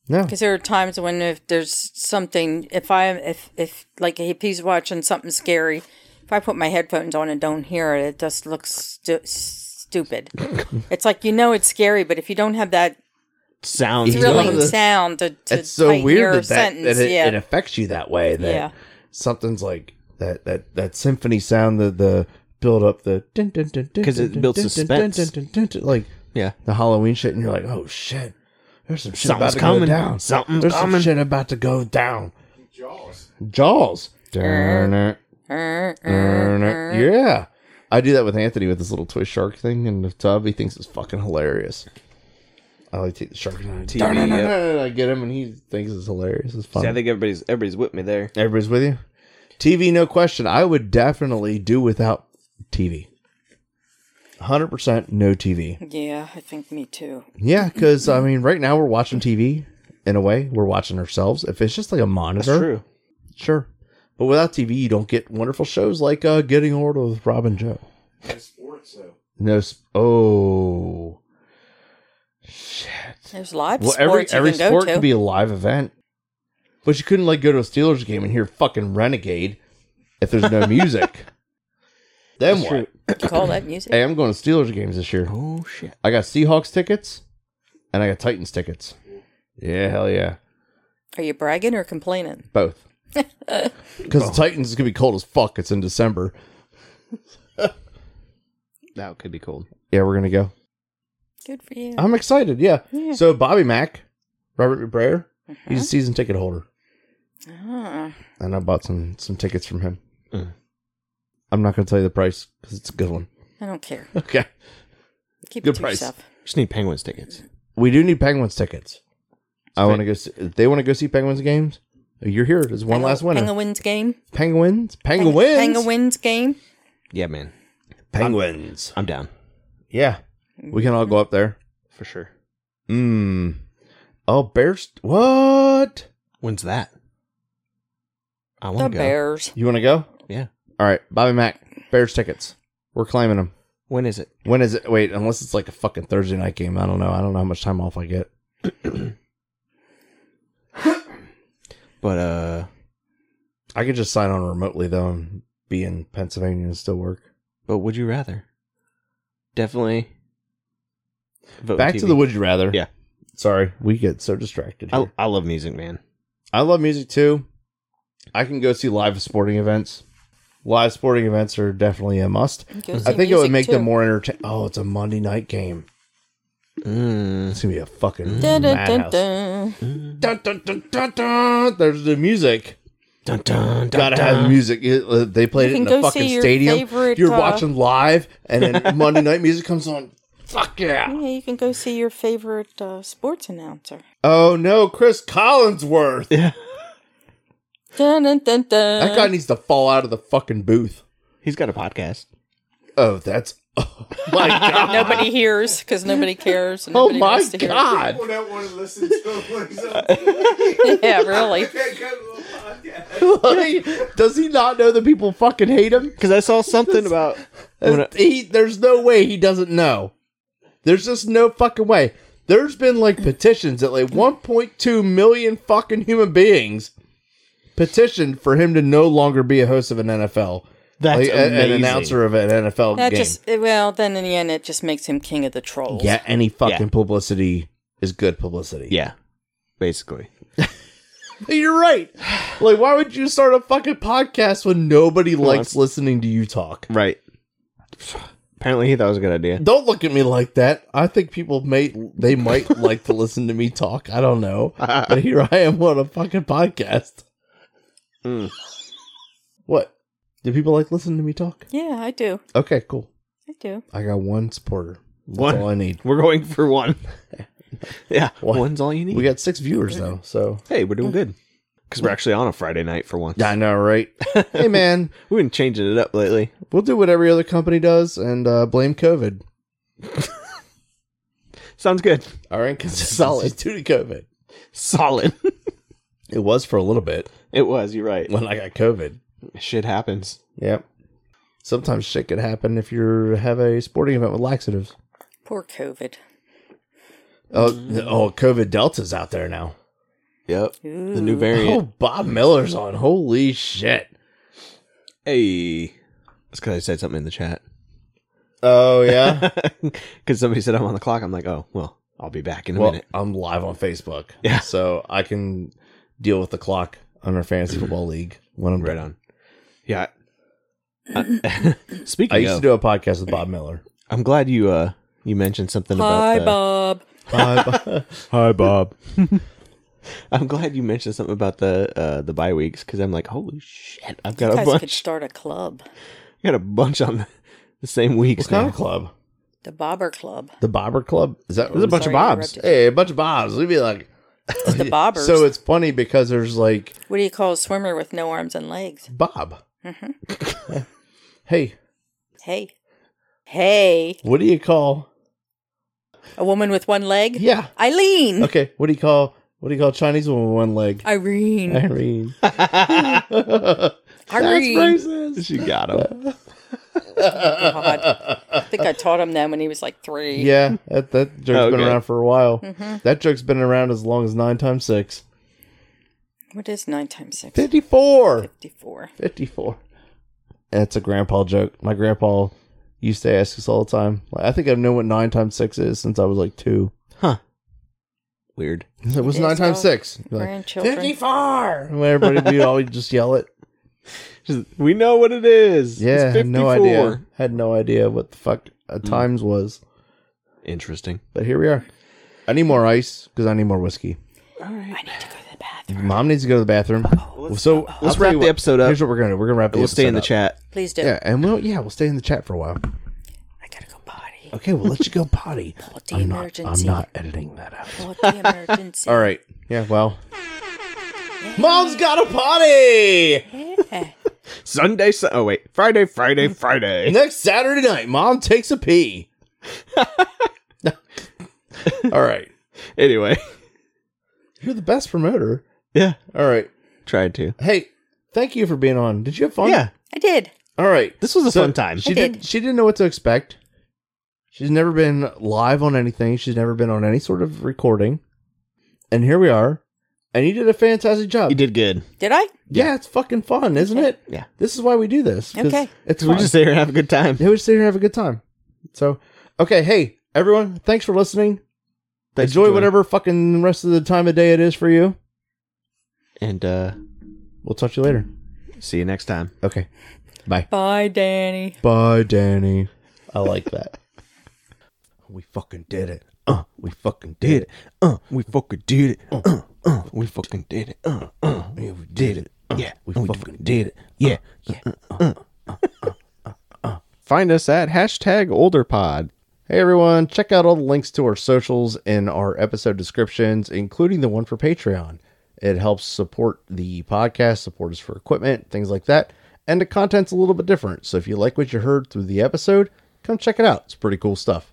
Speaker 3: no
Speaker 5: Because there are times when if there's something, if I if if like if he's watching something scary, if I put my headphones on and don't hear it, it just looks stu- stupid. it's like you know it's scary, but if you don't have that
Speaker 4: sound.
Speaker 3: one of
Speaker 5: thrilling
Speaker 3: the-
Speaker 5: sound to, to
Speaker 3: it's so
Speaker 5: tighten your
Speaker 3: weird that, that,
Speaker 5: sentence,
Speaker 3: that it,
Speaker 5: yeah,
Speaker 3: it affects you that way that
Speaker 5: Yeah.
Speaker 3: something's like that that that symphony sound the the build up the
Speaker 4: 'Cause it builds suspense.
Speaker 3: like
Speaker 4: Yeah.
Speaker 3: the halloween shit and you're like oh shit there's some shit
Speaker 4: Something's
Speaker 3: about to
Speaker 4: coming.
Speaker 3: go down
Speaker 4: Something's
Speaker 3: there's
Speaker 4: coming.
Speaker 3: some shit about to go down jaws jaws
Speaker 5: Er, er, er.
Speaker 3: yeah i do that with anthony with his little toy shark thing in the tub he thinks it's fucking hilarious i like take the shark and I
Speaker 4: TV, yep.
Speaker 3: I get him, and he thinks it's hilarious. It's
Speaker 4: See, I
Speaker 3: fun.
Speaker 4: think everybody's everybody's with me there.
Speaker 3: Everybody's with you. TV, no question. I would definitely do without TV. Hundred percent, no TV.
Speaker 5: yeah, I think me too.
Speaker 3: Yeah, because I mean, right now we're watching TV. In a way, we're watching ourselves. If it's just like a monitor,
Speaker 4: True.
Speaker 3: sure. But without TV, you don't get wonderful shows like uh, Getting Older with Robin Joe. No sports, though. No. Sp- oh.
Speaker 5: There's live
Speaker 3: Well, every
Speaker 5: sports
Speaker 3: every
Speaker 5: you can
Speaker 3: sport
Speaker 5: go to.
Speaker 3: could be a live event, but you couldn't like go to a Steelers game and hear fucking Renegade if there's no music. then what?
Speaker 5: You call that music?
Speaker 3: Hey, I'm going to Steelers games this year.
Speaker 4: Oh shit.
Speaker 3: I got Seahawks tickets, and I got Titans tickets. Yeah, hell yeah,
Speaker 5: Are you bragging or complaining?
Speaker 3: both. Because the Titans is gonna be cold as fuck. It's in December.
Speaker 4: That could be cold.
Speaker 3: Yeah, we're gonna go.
Speaker 5: Good for you.
Speaker 3: I'm excited. Yeah. So Bobby Mack, Robert McBrayer,
Speaker 5: Uh-huh.
Speaker 3: he's a season ticket holder. Uh-huh.
Speaker 5: Ah.
Speaker 3: and I bought some some tickets from him. I'm not going to tell you the price because it's a good one.
Speaker 5: I don't care.
Speaker 3: Okay,
Speaker 5: Keep
Speaker 3: Good
Speaker 5: it to
Speaker 3: price.
Speaker 5: yourself.
Speaker 4: Just need Penguins tickets.
Speaker 3: we do need Penguins tickets. I want to go. See, if they want to go see Penguins games. You're here. There's one
Speaker 5: Pengu-
Speaker 3: last winner.
Speaker 5: Penguins game.
Speaker 3: Penguins.
Speaker 5: Peng-
Speaker 3: Penguins.
Speaker 5: Penguins game.
Speaker 4: Yeah, man.
Speaker 3: Penguins.
Speaker 4: I'm down
Speaker 3: Yeah, we can all go up there.
Speaker 4: for sure.
Speaker 3: Mmm. Oh, Bears. What?
Speaker 4: When's that? I
Speaker 5: The
Speaker 4: want to go.
Speaker 5: Bears.
Speaker 3: You want to go?
Speaker 4: Yeah.
Speaker 3: All right, Bobby Mack. Bears tickets. We're claiming them.
Speaker 4: When is it?
Speaker 3: When is it? Wait, unless it's like a fucking Thursday night game. I don't know. I don't know how much time off I get.
Speaker 4: But uh,
Speaker 3: I could just sign on remotely though and be in Pennsylvania and still work.
Speaker 4: but would you rather? Definitely. vote
Speaker 3: Back to
Speaker 4: TV.
Speaker 3: the would you rather.
Speaker 4: Yeah.
Speaker 3: Sorry, we get so distracted.
Speaker 4: I,
Speaker 3: here.
Speaker 4: I love music, man.
Speaker 3: I love music too. I can go see live sporting events. Live sporting events are definitely a must.
Speaker 5: Go see
Speaker 3: I think it
Speaker 5: music,
Speaker 3: would make
Speaker 5: too.
Speaker 3: them more entertaining. Oh, it's a Monday night game.
Speaker 4: Mm.
Speaker 3: It's gonna be a fucking
Speaker 5: Dun, dun, dun,
Speaker 3: madhouse.
Speaker 5: dun.
Speaker 3: Dun, dun, dun, dun, dun. There's the music.
Speaker 4: Dun, dun, dun,
Speaker 3: Gotta
Speaker 4: dun.
Speaker 3: have music. It- uh, They played
Speaker 5: You
Speaker 3: it in
Speaker 5: can
Speaker 3: a
Speaker 5: go
Speaker 3: fucking
Speaker 5: see your
Speaker 3: stadium.
Speaker 5: favorite,
Speaker 3: You're
Speaker 5: uh,
Speaker 3: watching live, and then Monday night music comes on. Fuck yeah!
Speaker 5: Yeah, you can go see your favorite uh, sports announcer.
Speaker 3: Oh no, Chris Collinsworth.
Speaker 5: Dun, dun, dun, dun.
Speaker 3: That guy needs to fall out of the fucking booth.
Speaker 4: He's got a podcast.
Speaker 3: Oh, that's oh my god.
Speaker 5: nobody hears because nobody cares. and
Speaker 3: Oh
Speaker 5: nobody
Speaker 3: my
Speaker 5: wants to hear.
Speaker 3: god.
Speaker 2: People don't want to listen to what he's up to.
Speaker 5: Yeah, really.
Speaker 2: That good little podcast.
Speaker 3: Like, does he not know that people fucking hate him?
Speaker 4: Because I saw something about when I-
Speaker 3: He, there's no way he doesn't know. There's just no fucking way. There's been like petitions that like 1.2 million fucking human beings petitioned for him to no longer be a host of an NFL,
Speaker 4: that's
Speaker 3: like, a- an
Speaker 4: amazing.
Speaker 3: announcer of an NFL
Speaker 5: That
Speaker 3: game.
Speaker 5: just it- well, then in the end, it just makes him king of the trolls.
Speaker 3: yeah, any fucking
Speaker 4: Yeah.
Speaker 3: publicity is good publicity.
Speaker 4: Yeah, basically.
Speaker 3: You're right. Like, why would you start a fucking podcast when nobody likes listening to you talk?
Speaker 4: Right. Apparently, he thought it was a good idea.
Speaker 3: Don't look at me like that. I think people may they might like to listen to me talk. I don't know, but here I am on a fucking podcast.
Speaker 4: Mm.
Speaker 3: What? Do people like listening to me talk?
Speaker 5: yeah, I do,
Speaker 3: Okay, cool.
Speaker 5: I do.
Speaker 3: I got one supporter. That's
Speaker 4: One.
Speaker 3: all I need.
Speaker 4: We're going for one. yeah,
Speaker 3: One.
Speaker 4: one's all you need.
Speaker 3: We got six viewers though, so
Speaker 4: hey, we're doing good. Because we're actually on a Friday night for once.
Speaker 3: I know, right? hey, man,
Speaker 4: We've been changing it up lately.
Speaker 3: we'll do what every other company does and uh, blame COVID.
Speaker 4: Sounds good.
Speaker 3: Our inconsistencies due to COVID.
Speaker 4: Solid.
Speaker 3: It was for a little bit
Speaker 4: it was. You're right.
Speaker 3: when I got COVID.
Speaker 4: Shit happens.
Speaker 3: Yep. Sometimes shit could happen if you have a sporting event with laxatives.
Speaker 5: Poor COVID.
Speaker 3: Oh,
Speaker 4: Mm.
Speaker 3: oh, COVID Delta's out there now.
Speaker 4: Yep. The new
Speaker 5: Ooh.
Speaker 4: variant.
Speaker 3: Oh, Bob Miller's on. Holy shit.
Speaker 4: Hey. That's because I said something in the chat.
Speaker 3: Oh, yeah.
Speaker 4: Because somebody said I'm on the clock. I'm like, oh, well, I'll be back in a
Speaker 3: well,
Speaker 4: minute.
Speaker 3: I'm live on Facebook.
Speaker 4: Yeah.
Speaker 3: So I can deal with the clock on our fantasy football league when I'm
Speaker 4: Right
Speaker 3: ready.
Speaker 4: on. Yeah. I- speaking
Speaker 3: I used
Speaker 4: of,
Speaker 3: to do a podcast with Bob Miller.
Speaker 4: I'm glad you uh you mentioned something
Speaker 5: Hi,
Speaker 4: about. the-
Speaker 5: Bob.
Speaker 3: Hi, Bob. Hi, Bob.
Speaker 4: I'm glad you mentioned something about the uh the bye weeks because I'm like, holy shit, I've got a
Speaker 5: guys could
Speaker 4: bunch.
Speaker 5: start a club,
Speaker 4: got a bunch on the, the same weeks
Speaker 3: What kind
Speaker 4: now.
Speaker 3: of club?
Speaker 5: the Bobber Club.
Speaker 3: The Bobber Club? Is that
Speaker 4: There's a bunch
Speaker 5: Sorry,
Speaker 4: of
Speaker 5: I
Speaker 4: bobs.
Speaker 5: interrupted.
Speaker 3: Hey, a bunch of Bobs. We'd be like,
Speaker 5: It's the Bobbers.
Speaker 3: Oh, so it's funny because there's like
Speaker 5: what do you call a swimmer with no arms and legs?
Speaker 3: Bob.
Speaker 4: Mm-hmm.
Speaker 3: hey,
Speaker 5: Hey, hey,
Speaker 3: what do you call?
Speaker 5: a woman with one leg.
Speaker 3: Yeah.
Speaker 5: Eileen.
Speaker 3: Okay. What do you call? What do you call Chinese woman with one leg?
Speaker 5: Irene.
Speaker 3: Irene. That's
Speaker 5: Irene.
Speaker 3: racist.
Speaker 4: She got them.
Speaker 5: Oh God. I think I taught him that when he was like three.
Speaker 3: Yeah, that, that joke's
Speaker 4: Okay.
Speaker 3: been around for a while.
Speaker 5: Mm-hmm.
Speaker 3: That joke's been around as long as nine times six.
Speaker 5: What is nine times six?
Speaker 3: 54.
Speaker 5: Fifty-four.
Speaker 3: 54. That's a grandpa joke. My grandpa used to ask us all the time. Like, I think I've known what nine times six is since I was like two.
Speaker 4: Weird.
Speaker 3: He's like, What's
Speaker 5: Yes,
Speaker 3: nine times
Speaker 5: all
Speaker 3: six? He'd be Like,
Speaker 5: Grandchildren.
Speaker 3: 54. And when everybody would always just yell it.
Speaker 4: Just, we know what it is.
Speaker 3: Yeah,
Speaker 4: It's
Speaker 3: had no
Speaker 4: 54.
Speaker 3: idea. Had no idea what the fuck uh, times was.
Speaker 4: Interesting.
Speaker 3: But here we are. I need more ice because I need more whiskey.
Speaker 5: I need to go to the bathroom.
Speaker 3: Mom needs to go to the bathroom. so
Speaker 4: Let's
Speaker 3: I'll tell
Speaker 4: wrap
Speaker 3: you
Speaker 4: the
Speaker 3: what.
Speaker 4: episode up.
Speaker 3: Here's what we're gonna do. We're gonna wrap. The
Speaker 4: We'll stay in the
Speaker 3: episode
Speaker 4: chat.
Speaker 5: Please do.
Speaker 3: up. Yeah, and we'll yeah we'll stay in the chat for a while.
Speaker 5: I gotta go potty.
Speaker 3: Okay, we'll let you go potty.
Speaker 5: the
Speaker 3: I'm not. I'm
Speaker 5: emergency.
Speaker 3: not editing that out.
Speaker 5: What the emergency?
Speaker 3: All right. Yeah. Well. Mom's got a potty
Speaker 4: Sunday. Su- oh wait, Friday, Friday, Friday.
Speaker 3: next Saturday night. Mom takes a pee. All right.
Speaker 4: anyway,
Speaker 3: You're the best promoter.
Speaker 4: yeah,
Speaker 3: All right.
Speaker 4: tried to.
Speaker 3: Hey, thank you for being on. Did you have fun?
Speaker 4: Yeah,
Speaker 5: I did.
Speaker 3: All right.
Speaker 4: this was a
Speaker 3: So
Speaker 4: fun time.
Speaker 3: She
Speaker 5: I
Speaker 3: did.
Speaker 5: did.
Speaker 3: She didn't know what to expect. She's never been live on anything. She's never been on any sort of recording. And here we are, and you did a fantastic job.
Speaker 4: You did good.
Speaker 5: Did I?
Speaker 3: Yeah, it's fucking fun, isn't it?
Speaker 4: Yeah.
Speaker 3: This is why we do this. 'cause
Speaker 5: Okay.
Speaker 3: It's
Speaker 4: We
Speaker 3: fun.
Speaker 4: just sit here and have a good time.
Speaker 3: Yeah, we just sit here and have a good time. So, okay, hey everyone, thanks for listening.
Speaker 4: Thanks for
Speaker 3: Enjoy
Speaker 4: joining.
Speaker 3: whatever fucking rest of the time of day it is for you.
Speaker 4: And uh,
Speaker 3: We'll talk to you later.
Speaker 4: see you next time.
Speaker 3: Okay.
Speaker 5: Bye, Danny.
Speaker 3: Bye, Danny. I like that. we fucking did it. Uh, we fucking did it.
Speaker 4: Uh, we fucking did it. Uh, uh, we fucking did it. Uh, uh, yeah, we did it. yeah, we, fucking did it. Yeah, yeah. Find us at hashtag olderpod.
Speaker 3: Hey everyone, check out all the links to our socials in our episode descriptions, including the one for Patreon. It helps support the podcast, support us for equipment, things like that. And the content's a little bit different. So if you like what you heard through the episode, come check it out. It's pretty cool stuff.